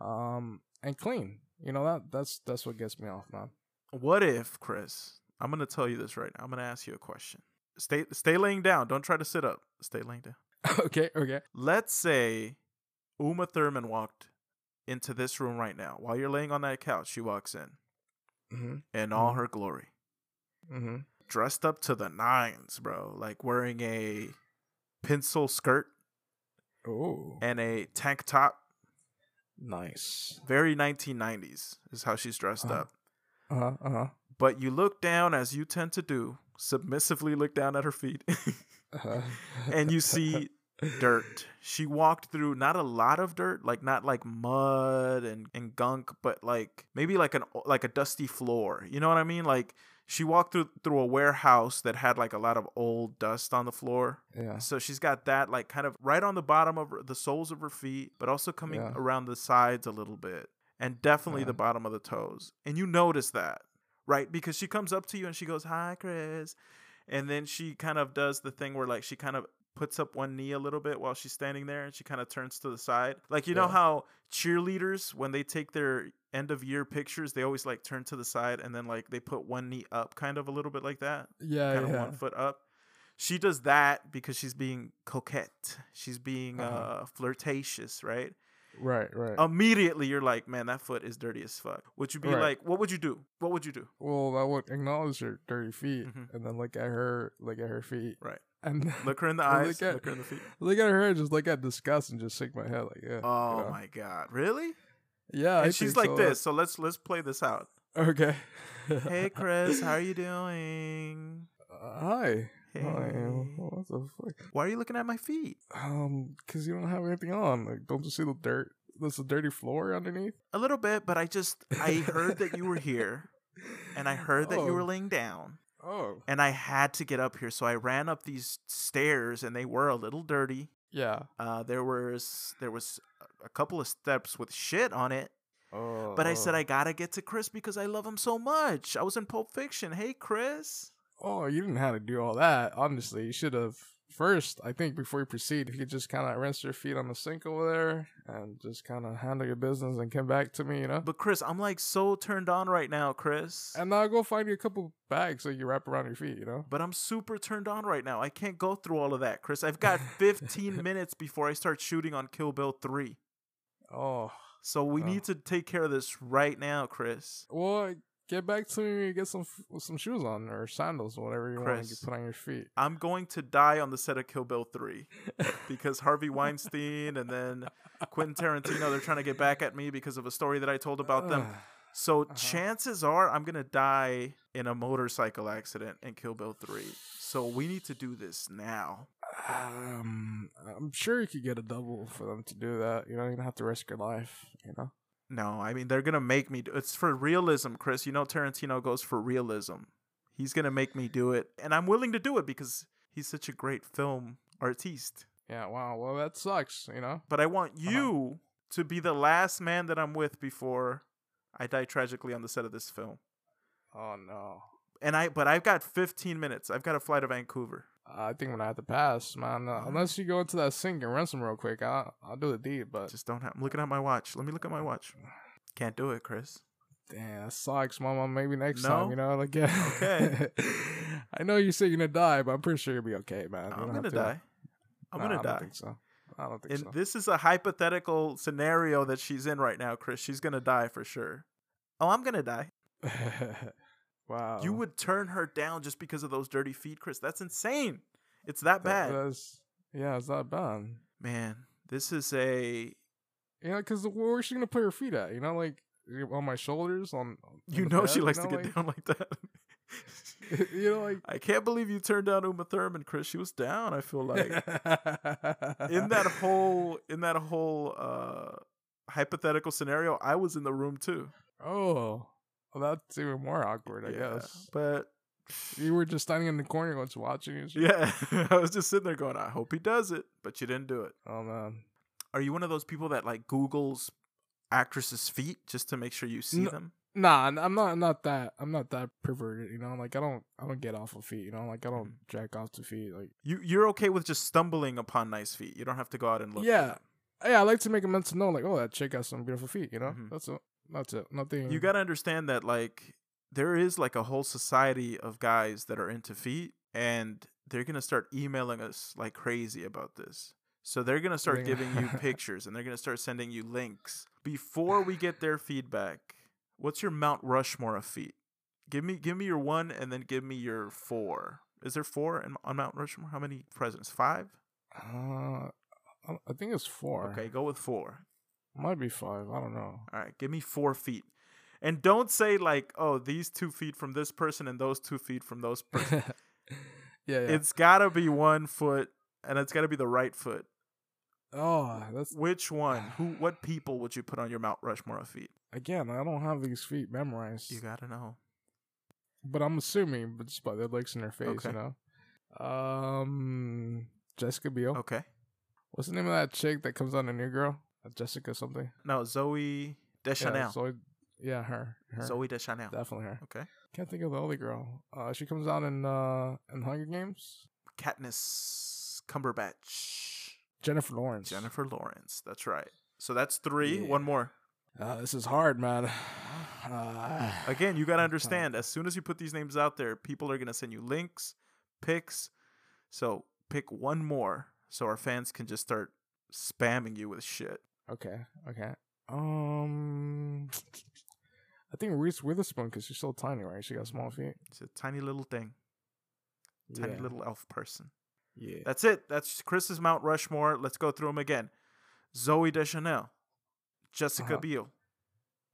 Speaker 2: um, and clean. You know that that's that's what gets me off, man.
Speaker 1: What if, Chris? I'm gonna tell you this right now. I'm gonna ask you a question. Stay stay laying down. Don't try to sit up. Stay laying down.
Speaker 2: okay, okay.
Speaker 1: Let's say Uma Thurman walked into this room right now. While you're laying on that couch, she walks in
Speaker 2: hmm
Speaker 1: in all her glory.
Speaker 2: hmm
Speaker 1: Dressed up to the nines, bro. Like wearing a pencil skirt
Speaker 2: Oh,
Speaker 1: and a tank top.
Speaker 2: nice.
Speaker 1: Very 1990s is how she's dressed
Speaker 2: Uh-huh.
Speaker 1: up.
Speaker 2: Uh huh. Uh huh.
Speaker 1: But you look down as you tend to do, submissively look down at her feet, and you see dirt. She walked through not a lot of dirt, like not like mud and, and gunk, but like maybe like an like a dusty floor. You know what I mean? Like she walked through through a warehouse that had like a lot of old dust on the floor.
Speaker 2: yeah.
Speaker 1: So she's got that like kind of right on the bottom of her, the soles of her feet, but also coming
Speaker 2: Yeah.
Speaker 1: around the sides a little bit and definitely
Speaker 2: Yeah.
Speaker 1: the bottom of the toes. And you notice that, right? Because she comes up to you and she goes, "Hi, Chris." And then she kind of does the thing where like she kind of puts up one knee a little bit while she's standing there and she kind of turns to the side. Like you know
Speaker 2: Yeah.
Speaker 1: how cheerleaders when they take their end of year pictures, they always like turn to the side and then like they put one knee up kind of a little bit like that
Speaker 2: Yeah.
Speaker 1: kind of
Speaker 2: yeah.
Speaker 1: one foot up. She does that because she's being coquette. She's being uh
Speaker 2: Uh-huh.
Speaker 1: flirtatious, right?
Speaker 2: Right, right.
Speaker 1: Um, Immediately, you're like, man, that foot is dirty as fuck. Would you be
Speaker 2: Right.
Speaker 1: like, what would you do? What would you do?
Speaker 2: well, I would acknowledge her dirty feet
Speaker 1: Mhm.
Speaker 2: and then look at her, look at her feet.
Speaker 1: Right.
Speaker 2: And then
Speaker 1: Look her in the
Speaker 2: I
Speaker 1: eyes.
Speaker 2: look at-
Speaker 1: look her in the feet.
Speaker 2: look at her, just look at disgust and just shake my head like, yeah.
Speaker 1: Oh
Speaker 2: yeah.
Speaker 1: my god, really?
Speaker 2: Yeah. I
Speaker 1: and she's
Speaker 2: think
Speaker 1: like
Speaker 2: so.
Speaker 1: this. So let's let's play this out.
Speaker 2: Okay.
Speaker 1: Hey Chris, how are you doing?
Speaker 2: Uh, hi.
Speaker 1: Hey.
Speaker 2: Hi. What the fuck?
Speaker 1: Why are you looking at my feet?
Speaker 2: Um, cause you don't have anything on. Like, don't you see the dirt? There's a dirty floor underneath.
Speaker 1: A little bit, but I just I heard that you were here and I heard that you were
Speaker 2: Oh.
Speaker 1: laying down
Speaker 2: Oh.
Speaker 1: and I had to get up here, so I ran up these stairs and they were a little dirty.
Speaker 2: Yeah.
Speaker 1: Uh there was there was a couple of steps with shit on it,
Speaker 2: Oh.
Speaker 1: but I said
Speaker 2: oh.
Speaker 1: I got to get to Chris because I love him so much. I was in Pulp Fiction. Hey Chris.
Speaker 2: Oh, you didn't have to do all that. Honestly, you should have first. I think before you proceed, if you could just kind of rinse your feet on the sink over there and just kind of handle your business and come back to me, you know.
Speaker 1: But Chris, I'm like so turned on right now, Chris.
Speaker 2: and I'll go find you a couple bags that you wrap around your feet, you know.
Speaker 1: But I'm super turned on right now. I can't go through all of that, Chris. I've got 15 minutes before I start shooting on Kill Bill 3.
Speaker 2: Oh,
Speaker 1: So we
Speaker 2: Oh.
Speaker 1: need to take care of this right now, Chris.
Speaker 2: well, get back to me. when you Get some f- some shoes on or sandals, whatever you want
Speaker 1: Chris.
Speaker 2: to put on your feet.
Speaker 1: I'm going to die on the set of Kill Bill 3 because Harvey Weinstein and then Quentin Tarantino, they're trying to get back at me because of a story that I told about them. So chances are I'm going to die in a motorcycle accident in Kill Bill 3. So we need to do this now.
Speaker 2: Um, I'm sure you could get a double for them to do that. You don't even have to risk your life, you know.
Speaker 1: No, I mean they're gonna make me. Do, it's for realism, Chris. You know Tarantino goes for realism. He's gonna make me do it, and I'm willing to do it because he's such a great film artiste.
Speaker 2: Yeah. Wow. Well, that sucks. You know.
Speaker 1: But I want you to be the last man that I'm with before I die tragically on the set of this film.
Speaker 2: Oh no.
Speaker 1: And I, but I've got 15 minutes. I've got a flight to Vancouver.
Speaker 2: I think I'm gonna have to pass, man. Uh,
Speaker 1: Yeah.
Speaker 2: unless you go into that sink and rinse them real quick, I I'll do the deed. But
Speaker 1: Just don't have. I'm looking at my watch. Let me look at my watch. Can't do it, Chris.
Speaker 2: damn, that sucks, mama. Maybe next
Speaker 1: No?
Speaker 2: time, you know, like yeah.
Speaker 1: Okay.
Speaker 2: I know you say you're gonna die, but I'm pretty sure you'll be okay, man. You
Speaker 1: I'm
Speaker 2: don't
Speaker 1: gonna
Speaker 2: have to-
Speaker 1: die. I'm
Speaker 2: Nah,
Speaker 1: gonna
Speaker 2: I
Speaker 1: die.
Speaker 2: Don't think so. I don't think
Speaker 1: And
Speaker 2: so.
Speaker 1: this is a hypothetical scenario that she's in right now, Chris. She's gonna die for sure. Oh, I'm gonna die.
Speaker 2: wow.
Speaker 1: You would turn her down just because of those dirty feet, Chris. That's insane. It's that
Speaker 2: That-
Speaker 1: bad.
Speaker 2: that's- yeah, it's not bad.
Speaker 1: Man, this is a
Speaker 2: You know, because where's she gonna put her feet at? You know, like on my shoulders, on on
Speaker 1: you
Speaker 2: the
Speaker 1: know she
Speaker 2: bed,
Speaker 1: likes
Speaker 2: you
Speaker 1: to
Speaker 2: know,
Speaker 1: get
Speaker 2: like-
Speaker 1: down like that.
Speaker 2: you know, like
Speaker 1: I can't believe you turned down Uma Thurman, Chris. She was down, I feel like. in that whole in that whole uh hypothetical scenario, I was in the room too.
Speaker 2: Oh, well, that's even more awkward, I guess.
Speaker 1: But
Speaker 2: You were just standing in the corner once watching it.
Speaker 1: Yeah, I was just sitting there going, I hope he does it, but you didn't do it.
Speaker 2: Oh man.
Speaker 1: Are you one of those people that like Googles actresses' feet just to make sure you see
Speaker 2: No.
Speaker 1: them?
Speaker 2: Nah, n- I'm not. I'm not that. I'm not that perverted. You know, like I don't. I don't get off of feet. You know, like I don't
Speaker 1: Mm-hmm.
Speaker 2: jack off to feet. Like
Speaker 1: You you're okay with just stumbling upon nice feet. You don't have to go out and look. for
Speaker 2: yeah, yeah. I like to make a mental note. Like, oh, that chick has some beautiful feet. You know,
Speaker 1: Mhm.
Speaker 2: that's it. That's it. Nothing.
Speaker 1: them. You got to understand that like there is like a whole society of guys that are into feet and they're going to start emailing us like crazy about this. So they're going to start
Speaker 2: They're
Speaker 1: giving
Speaker 2: gonna-
Speaker 1: you pictures and they're going to start sending you links. Before we get their feedback, what's your Mount Rushmore of feet? Give me give me your one and then give me your four. Is there four in, on Mount Rushmore? How many presidents? Five?
Speaker 2: Uh, I I think it's four.
Speaker 1: Okay, go with four.
Speaker 2: might be five. I don't know.
Speaker 1: All right, give me four feet. And don't say like, oh, these two feet from this person and those two feet from those person.
Speaker 2: yeah, yeah.
Speaker 1: It's gotta be one foot and it's gotta be the right foot.
Speaker 2: oh, that's
Speaker 1: Which one? Who what people would you put on your Mount Rushmore of feet?
Speaker 2: again. I don't have these feet memorized.
Speaker 1: You gotta know.
Speaker 2: but I'm assuming, but just by the looks in her face,
Speaker 1: Okay.
Speaker 2: you know. Um, Jessica Biel.
Speaker 1: Okay.
Speaker 2: What's the name of that chick that comes on the New Girl? Uh, Jessica something.
Speaker 1: No, Zoe
Speaker 2: Yeah,
Speaker 1: Deschanel.
Speaker 2: Zoe, yeah, her. her.
Speaker 1: Zoe Deschanel.
Speaker 2: definitely her.
Speaker 1: Okay.
Speaker 2: Can't think of the other girl. Uh, she comes out in uh in Hunger Games.
Speaker 1: Katniss Cumberbatch.
Speaker 2: Jennifer Lawrence.
Speaker 1: Jennifer Lawrence. That's right. So that's three. One
Speaker 2: Yeah.
Speaker 1: more.
Speaker 2: Uh, this is hard, man. Uh,
Speaker 1: Again, you got to
Speaker 2: Okay.
Speaker 1: understand as soon as you put these names out there, people are going to send you links, pics. So pick one more so our fans can just start spamming you with shit.
Speaker 2: Okay. Okay. Um, I think Reese Witherspoon because she's so tiny, right? She got small feet.
Speaker 1: It's a tiny little thing, tiny
Speaker 2: yeah.
Speaker 1: little elf person.
Speaker 2: Yeah.
Speaker 1: That's it. That's Chris's Mount Rushmore. Let's go through them again. Zoe Deschanel, Jessica
Speaker 2: Uh-huh.
Speaker 1: Biel,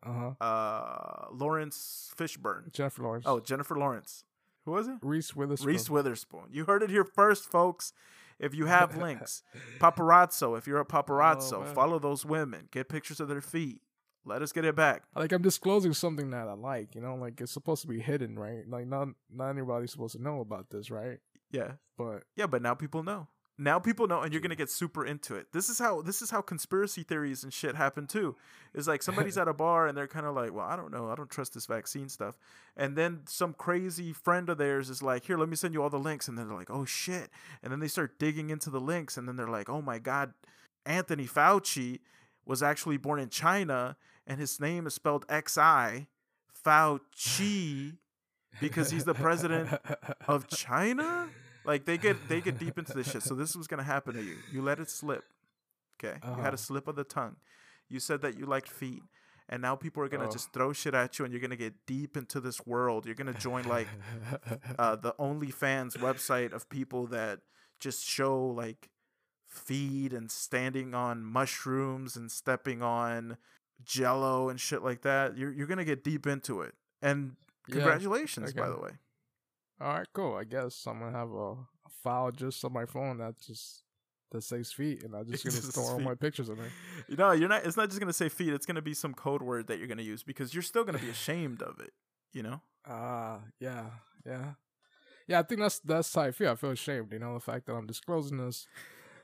Speaker 2: Uh huh.
Speaker 1: uh, Lawrence Fishburne.
Speaker 2: Jennifer Lawrence.
Speaker 1: Oh, Jennifer Lawrence. Who was it?
Speaker 2: Reese Witherspoon.
Speaker 1: Reese Witherspoon. You heard it here first, folks. If you have links, paparazzo. If you're a
Speaker 2: Oh,
Speaker 1: paparazzo,
Speaker 2: man.
Speaker 1: follow those women. Get pictures of their feet. Let us get it back.
Speaker 2: like I'm disclosing something that I like, you know, like it's supposed to be hidden, right? Like not not anybody's supposed to know about this, right?
Speaker 1: Yeah,
Speaker 2: But
Speaker 1: yeah. But now people know. Now people know, and you're gonna get super into it. This is how this is how conspiracy theories and shit happen too. It's like somebody's at a bar and they're kind of like, well, I don't know, I don't trust this vaccine stuff. And then some crazy friend of theirs is like, here, let me send you all the links. And then they're like, oh shit. And then they start digging into the links, and then they're like, oh my god, Anthony Fauci was actually born in China, and his name is spelled XI Fauci because he's the president of China. Like they get they get deep into this shit. So this was gonna happen to you. You let it slip. Okay. You had
Speaker 2: Uh-huh.
Speaker 1: a slip of the tongue. You said that you liked feet. And now people are gonna
Speaker 2: Oh.
Speaker 1: just throw shit at you and you're gonna get deep into this world. You're gonna join like uh the OnlyFans website of people that just show like feet and standing on mushrooms and stepping on jello and shit like that. You're you're gonna get deep into it. And
Speaker 2: Yeah.
Speaker 1: congratulations, by
Speaker 2: Okay.
Speaker 1: the way.
Speaker 2: All right, cool. I guess I'm gonna have a file just on my phone that just that says feet, and I'm just gonna
Speaker 1: Just
Speaker 2: store all
Speaker 1: feet.
Speaker 2: my pictures in there.
Speaker 1: No, you're not. It's not just gonna say feet. It's gonna be some code word that you're gonna use because you're still gonna be ashamed of it. You know?
Speaker 2: Ah, yeah, yeah, yeah. I think that's that's how I feel. I feel ashamed, you know, the fact that I'm disclosing this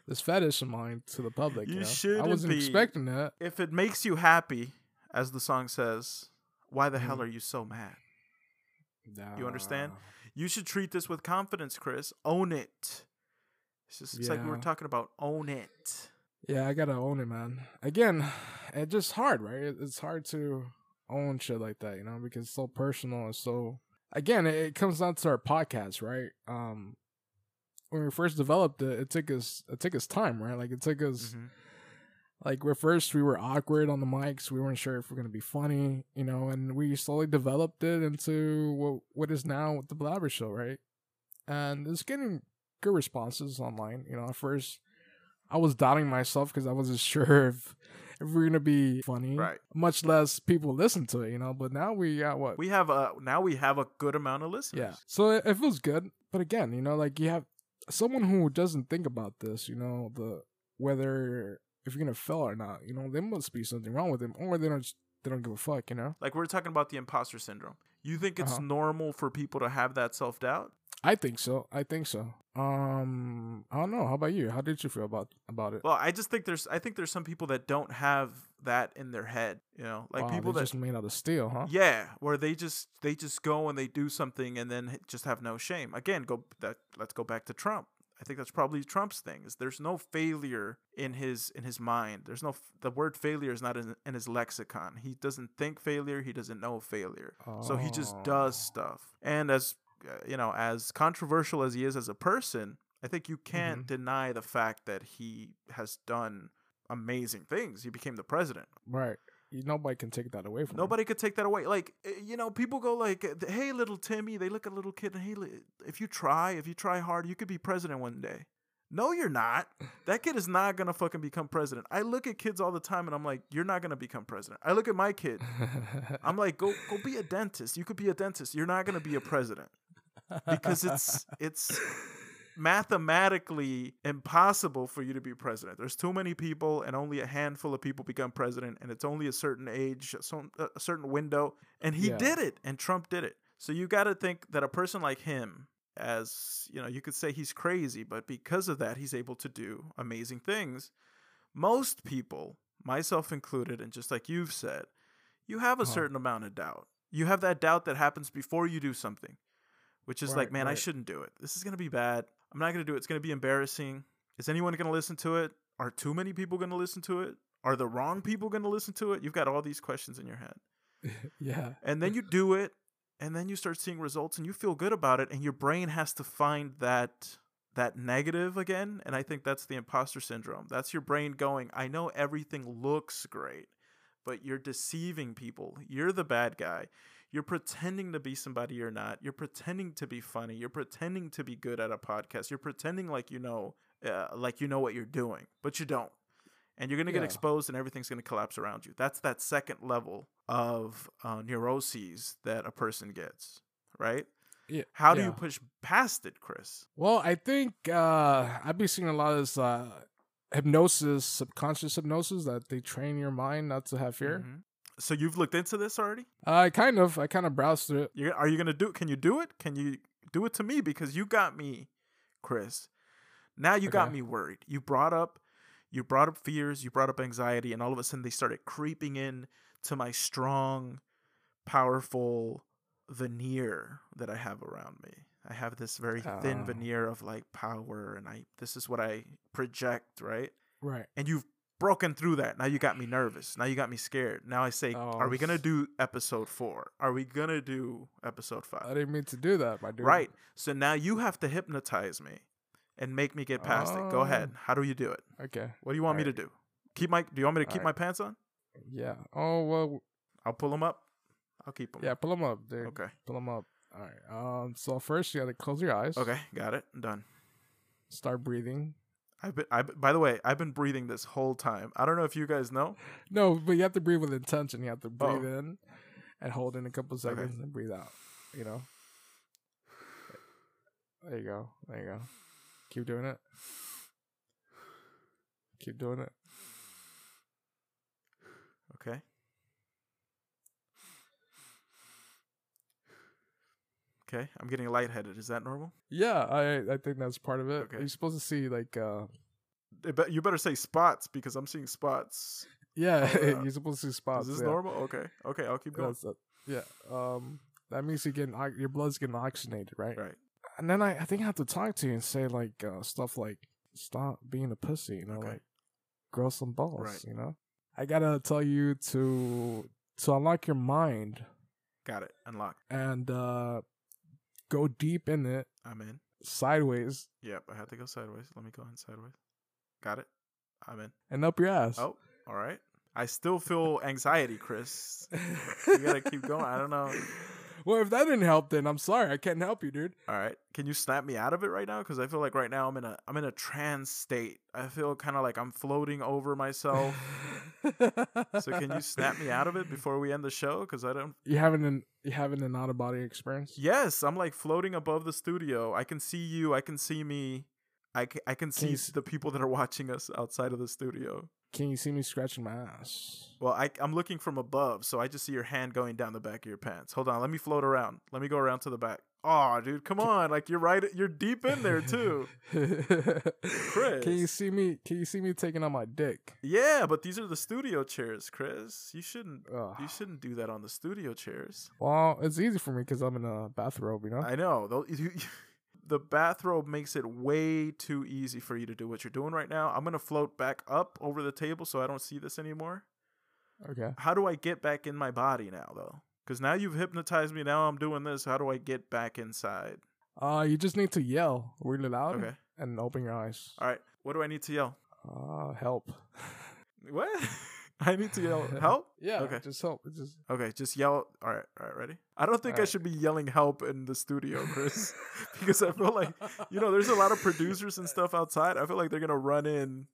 Speaker 2: this fetish of mine to the public.
Speaker 1: You
Speaker 2: You, know?
Speaker 1: shouldn't
Speaker 2: I wasn't
Speaker 1: be.
Speaker 2: expecting that.
Speaker 1: If it makes you happy, as the song says, why the hell
Speaker 2: Mhm.
Speaker 1: are you so mad? understand? You should treat this with confidence, Chris. Own it. It's just it's like we were
Speaker 2: Yeah.
Speaker 1: talking about. Own it.
Speaker 2: Yeah, I gotta own it, man. Again, it's just hard, right? It- It's hard to own shit like that, you know, because it's so personal. It's so again, it, it comes down to our podcast, right? Um, when we first developed it, it took us it took us time, right? Like it took us
Speaker 1: Mhm.
Speaker 2: like we're first we were awkward on the mics we weren't sure if we're gonna be funny you know and we slowly developed it into what what is now the blabber show right and it's getting good responses online you know at first i was doubting myself because i wasn't sure if if we're gonna be funny
Speaker 1: Right.
Speaker 2: much less people listen to it you know but now we got what
Speaker 1: We have a now we have a good amount of listeners.
Speaker 2: yeah. So it, it feels good. But again, you know, like you have someone who doesn't think about this, you know, the whether if you're gonna fail or not, you know, there must be something wrong with them, or they don't they don't give a fuck, you know.
Speaker 1: Like we we're talking about the imposter syndrome. You think it's
Speaker 2: Uh-huh.
Speaker 1: normal for people to have that self doubt?
Speaker 2: I think so. I think so. Um, I don't know. How about you? How did you feel about about it?
Speaker 1: Well, I just think there's I think there's some people that don't have that in their head, you know, like
Speaker 2: Wow,
Speaker 1: people
Speaker 2: they're
Speaker 1: that
Speaker 2: just made out of steel, huh?
Speaker 1: yeah, where they just they just go and they do something and then h- just have no shame. Again, go that let's go back to Trump. I think that's probably Trump's thing. Is there's no failure in his in his mind. There's no f- the word failure is not in, in his lexicon. He doesn't think failure. He doesn't know failure. So he just does
Speaker 2: Oh.
Speaker 1: stuff. And as uh, you know, as controversial as he is as a person, I think you can't deny the fact that he has done amazing things. He became the president.
Speaker 2: Oh, right. You, nobody can take that away from him.
Speaker 1: Nobody could take that away. Like uh, you know, people go like, uh, "Hey, little Timmy," they look at little kid and hey, li- if you try, if you try hard, you could be president one day. No, you're not. That kid is not gonna fucking become president. I look at kids all the time and I'm like, "You're not gonna become president." I look at my kid I'm like, go go be a dentist. You could be a dentist. You're not gonna be a president because it's it's mathematically impossible for you to be president. There's too many people, and only a handful of people become president, and it's only a certain age, a cer- a certain window. And he
Speaker 2: Yeah.
Speaker 1: did it, and Trump did it. So you got to think that a person like him, as you know, you could say he's crazy, but because of that, he's able to do amazing things. Most people, myself included, and just like you've said, you have a
Speaker 2: Uh-huh.
Speaker 1: certain amount of doubt. You have that doubt that happens before you do something, which is like,
Speaker 2: Right,
Speaker 1: man, I
Speaker 2: right.
Speaker 1: shouldn't do it. This is going to be bad. I'm not going to do it. It's going to be embarrassing. Is anyone going to listen to it? Are too many people going to listen to it? Are the wrong people going to listen to it? You've got all these questions in your head.
Speaker 2: yeah.
Speaker 1: And then you do it, and then you start seeing results and you feel good about it and your brain has to find that that negative again. And I think that's the imposter syndrome. That's your brain going, I know everything looks great, but you're deceiving people. You're the bad guy. You're pretending to be somebody you're not. You're pretending to be funny. You're pretending to be good at a podcast. You're pretending like you know, uh, like you know what you're doing, but you don't. And you're gonna get
Speaker 2: Yeah.
Speaker 1: exposed, and everything's gonna collapse around you. That's that second level of uh, neuroses that a person gets, right?
Speaker 2: Yeah,
Speaker 1: How do
Speaker 2: yeah.
Speaker 1: you push past it, Chris?
Speaker 2: Well, I think uh, I've been seeing a lot of this uh, hypnosis, subconscious hypnosis that they train your mind not to have fear.
Speaker 1: Mhm. So you've looked into this already?
Speaker 2: I kind of, I kind of browsed through it.
Speaker 1: You're, are you gonna do? Can you do it? Can you do it to me? Because you got me, Chris. Now you got
Speaker 2: Okay.
Speaker 1: me worried. You brought up, you brought up fears. You brought up anxiety, and all of a sudden they started creeping in to my strong, powerful veneer that I have around me. I have this very thin
Speaker 2: Oh.
Speaker 1: veneer of like power, and I this is what I project, right?
Speaker 2: Right.
Speaker 1: and you've broken through that. Now you got me nervous. Now you got me scared. Now I say,
Speaker 2: Oh,
Speaker 1: are we gonna
Speaker 2: s-
Speaker 1: do episode four? Are we gonna do episode
Speaker 2: I
Speaker 1: five?
Speaker 2: didn't mean to do that, my dude.
Speaker 1: Right. So now you have to hypnotize me and make me get past it. Go ahead. How do you do it?
Speaker 2: Okay.
Speaker 1: What do you want me
Speaker 2: Oh. Alright.
Speaker 1: to do? Keep my. Do you want me to keep
Speaker 2: Alright.
Speaker 1: my pants on?
Speaker 2: Yeah. Oh well.
Speaker 1: I'll pull them up. I'll keep them.
Speaker 2: Yeah. Pull them up, dude.
Speaker 1: Okay.
Speaker 2: Pull them up. All right. Um. So first, you gotta close your eyes.
Speaker 1: Okay. Got it. Done.
Speaker 2: Start breathing.
Speaker 1: I've been. I. By the way, I've been breathing this whole time. I don't know if you guys know.
Speaker 2: No, but you have to breathe with intention. You have to
Speaker 1: Oh.
Speaker 2: breathe in and hold in a couple seconds and breathe out. You know. There you go. There you go. Keep doing it. Keep doing it.
Speaker 1: Okay. Okay. I'm getting lightheaded. Is that normal?
Speaker 2: Yeah, I I think that's part of it.
Speaker 1: Okay.
Speaker 2: You're supposed to see like uh
Speaker 1: It bet- You better say spots because I'm seeing spots.
Speaker 2: yeah,
Speaker 1: Oh, yeah.
Speaker 2: you're supposed to see spots.
Speaker 1: Is this
Speaker 2: yeah.
Speaker 1: normal? Okay. Okay, I'll keep going.
Speaker 2: That's it. yeah. Um, that means you're getting ox- your blood's getting oxygenated, right?
Speaker 1: Right.
Speaker 2: And then I, I think I have to talk to you and say like uh, stuff like stop being a pussy, you know,
Speaker 1: Okay.
Speaker 2: like grow some balls,
Speaker 1: Right.
Speaker 2: you know. I gotta tell you to to unlock your mind
Speaker 1: Got it. Unlock.
Speaker 2: and uh go deep in it
Speaker 1: I'm in.
Speaker 2: sideways
Speaker 1: Yep, I had to go sideways. Let me go in sideways. Got it. I'm in.
Speaker 2: and up your ass.
Speaker 1: Oh, all right. I still feel anxiety, Chris. You gotta keep going. I don't know.
Speaker 2: Well, if that didn't help, then I'm sorry. I can't help you, dude.
Speaker 1: All right. Can you snap me out of it right now? Because I feel like right now I'm in a I'm in a trance state. I feel kind of like I'm floating over myself. So can you snap me out of it before we end the show? Because I don't.
Speaker 2: You having an you having an out of body experience?
Speaker 1: Yes, I'm like floating above the studio. I can see you. I can see me. I can, I can see
Speaker 2: you
Speaker 1: s- the people that are watching us outside of the studio.
Speaker 2: Can you see me scratching my ass?
Speaker 1: Well, I, I'm looking from above, so I just see your hand going down the back of your pants. Hold on, let me float around. Let me go around to the back. Oh, dude, come on! Like you're right. You're deep in there too.
Speaker 2: Chris. Can you see me? Can you see me taking on my dick?
Speaker 1: yeah, but these are the studio chairs, Chris. You shouldn't.
Speaker 2: Ugh.
Speaker 1: You shouldn't do that on the studio chairs.
Speaker 2: Well, it's easy for me because I'm in a bathrobe, you know.
Speaker 1: I know. Tho- you- you- The bathrobe makes it way too easy for you to do what you're doing right now. I'm going to float back up over the table so I don't see this anymore.
Speaker 2: okay.
Speaker 1: How do I get back in my body now, though? Because now you've hypnotized me. Now I'm doing this. How do I get back inside?
Speaker 2: Uh, you just need to yell really loud
Speaker 1: Okay. Uh,
Speaker 2: and open your eyes.
Speaker 1: All right. What do I need to yell?
Speaker 2: Uh, help.
Speaker 1: What? I need to yell help?
Speaker 2: yeah.
Speaker 1: Okay.
Speaker 2: Just help. It's Just
Speaker 1: Okay, just yell. All right, all right, ready? I don't think I
Speaker 2: Alright.
Speaker 1: should be yelling help in the studio, Chris, because I feel like, you know, there's a lot of producers and stuff outside. I feel like they're going to run in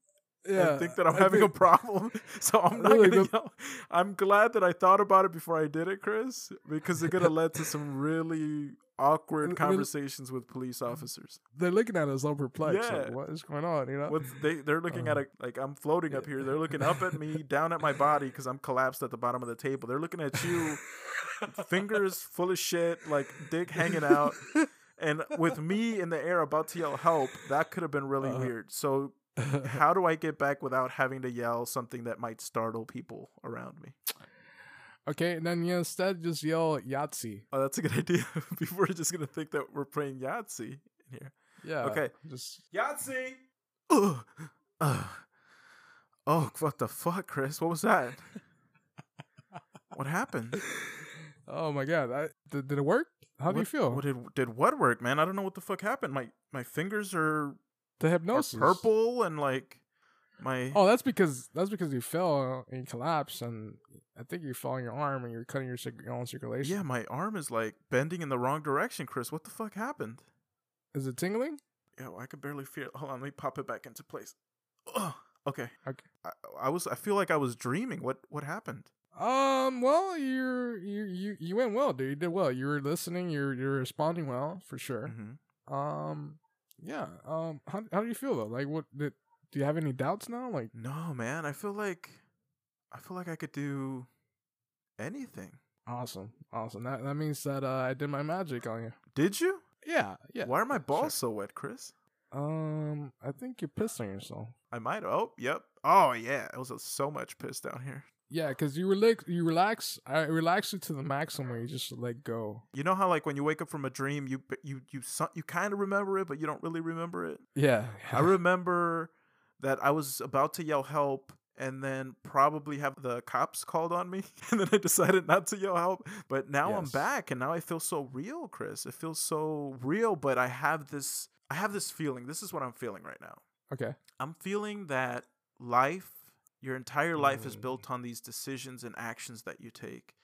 Speaker 2: yeah.
Speaker 1: I think that I'm having a problem. So I'm not
Speaker 2: Really,
Speaker 1: gonna
Speaker 2: the-
Speaker 1: yell. I'm glad that I thought about it before I did it, Chris, because it could have led to some really awkward
Speaker 2: Really- Uh,
Speaker 1: conversations with police officers.
Speaker 2: They're looking at us all perplexed. Like,
Speaker 1: Yeah.
Speaker 2: what is going on? You know.
Speaker 1: What they they're looking at
Speaker 2: Uh,
Speaker 1: a, like I'm floating up here. They're looking up at me, down at my body because I'm collapsed at the bottom of the table. They're looking at you, fingers full of shit, like dick hanging out. And with me in the air about to yell help, that could have been really
Speaker 2: Uh,
Speaker 1: weird. So how do I get back without having to yell something that might startle people around me?
Speaker 2: okay. And then you instead just yell Yahtzee.
Speaker 1: Oh, that's a good idea. People are just gonna think that we're playing Yahtzee in here.
Speaker 2: Yeah.
Speaker 1: Okay.
Speaker 2: Just
Speaker 1: Yahtzee. Ugh. Ugh. Oh, what the fuck, Chris? What was that? what happened?
Speaker 2: Oh my god, I, did, did it work? How do you
Speaker 1: What-
Speaker 2: feel?
Speaker 1: What did did what work, man? I don't know what the fuck happened. My my fingers are,
Speaker 2: the
Speaker 1: are
Speaker 2: hypnosis.
Speaker 1: purple and like my
Speaker 2: Oh, that's because that's because you fell and you collapsed, and I think you fell on your arm and you're cutting your, cir- your own circulation.
Speaker 1: yeah, my arm is like bending in the wrong direction, Chris. What the fuck happened?
Speaker 2: Is it tingling?
Speaker 1: Yo, I could barely feel. Hold on, let me pop it back into place. Ugh. Okay.
Speaker 2: Okay.
Speaker 1: I, I was. I feel like I was dreaming. What What happened?
Speaker 2: Um. Well, you're you you you went well, dude. You did well. You were listening. You're you're responding well for sure.
Speaker 1: Mhm.
Speaker 2: Um. Yeah. Um. How how do you feel though? Like, what did do you have any doubts now? Like,
Speaker 1: No, man. I feel like I feel like I could do anything.
Speaker 2: awesome, awesome. That that means that uh, I did my magic on you.
Speaker 1: Did you?
Speaker 2: Yeah. Yeah.
Speaker 1: Why are my
Speaker 2: yeah,
Speaker 1: balls so wet, Chris?
Speaker 2: Sure. Um. I think you're pissed on yourself.
Speaker 1: I might. Oh, yep. Oh, yeah. It was uh, so much piss down here.
Speaker 2: Yeah, because you relax, you relax, I relax you to the maximum where you just let go.
Speaker 1: You know how like when you wake up from a dream, you b- you you so- you kind of remember it, but you don't really remember it.
Speaker 2: Yeah,
Speaker 1: I remember that I was about to yell help and then probably have the cops called on me and then I decided not to yell help but now I'm
Speaker 2: Yes.
Speaker 1: back and now I feel so real Chris it feels so real but I have this I have this feeling this is what I'm feeling right now
Speaker 2: okay.
Speaker 1: I'm feeling that life, your entire life is
Speaker 2: Mm.
Speaker 1: built on these decisions and actions that you take.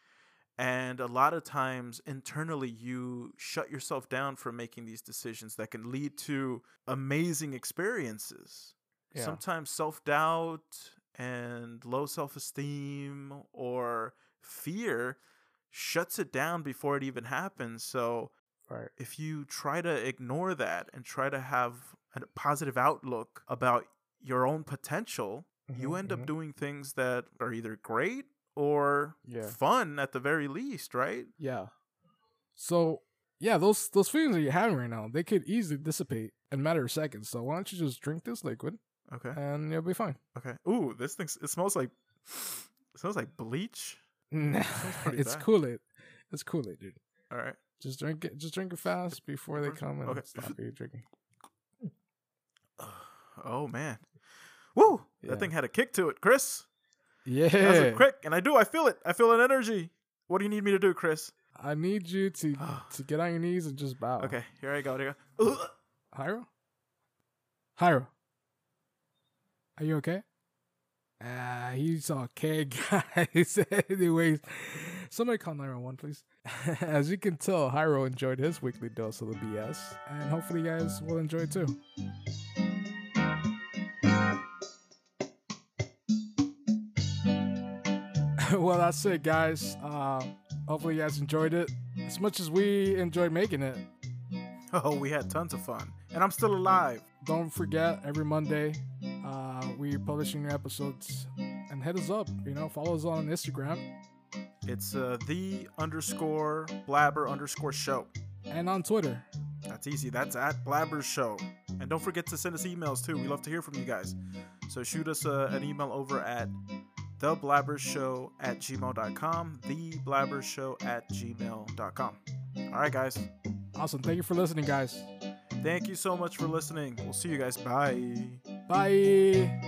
Speaker 1: And a lot of times internally, you shut yourself down from making these decisions that can lead to amazing experiences.
Speaker 2: Yeah.
Speaker 1: Sometimes self doubt and low self esteem or fear shuts it down before it even happens. So,
Speaker 2: Right.
Speaker 1: if you try to ignore that and try to have a positive outlook about your own potential, you
Speaker 2: Mhm,
Speaker 1: end
Speaker 2: mhm.
Speaker 1: up doing things that are either great or
Speaker 2: Yeah.
Speaker 1: fun at the very least, right?
Speaker 2: Yeah. So yeah, those those feelings that you're having right now, they could easily dissipate in a matter of seconds. So why don't you just drink this liquid
Speaker 1: Okay.
Speaker 2: and you'll be fine.
Speaker 1: Okay. Ooh, this thing it smells like it smells like bleach. pretty
Speaker 2: it's
Speaker 1: bad.
Speaker 2: Kool Aid. It's Kool Aid, dude.
Speaker 1: All right.
Speaker 2: Just drink it. Just drink it fast before they
Speaker 1: Okay.
Speaker 2: come and
Speaker 1: Okay.
Speaker 2: stop you drinking.
Speaker 1: Oh man. Woo!
Speaker 2: Yeah.
Speaker 1: That thing had a kick to it, Chris.
Speaker 2: Yeah.
Speaker 1: That was a kick, and I do. I feel it. I feel an energy. What do you need me to do, Chris?
Speaker 2: I need you to to get on your knees and just bow.
Speaker 1: Okay, here I go. Here I go. Ugh.
Speaker 2: Hyro? Hyro. Are you okay? Ah, he's okay, guys. Anyways, somebody call 911, please. As you can tell, Hyro enjoyed his weekly dose of the BS, and hopefully, you guys will enjoy it too. well, that's it, guys. Uh, hopefully, you guys enjoyed it as much as we enjoyed making it.
Speaker 1: Oh, we had tons of fun, and I'm still alive.
Speaker 2: don't forget every monday uh, we're publishing new episodes and hit us up you know follow us on instagram
Speaker 1: It's uh, the underscore blabber underscore show.
Speaker 2: and on twitter
Speaker 1: That's easy. That's at blabber show. And don't forget to send us emails too. We love to hear from you guys. So shoot us uh, an email over at theblabbershow at gmail.com. Theblabbershow at gmail.com. All right, guys.
Speaker 2: awesome thank you for listening guys
Speaker 1: Thank you so much for listening. We'll see you guys. Bye.
Speaker 2: bye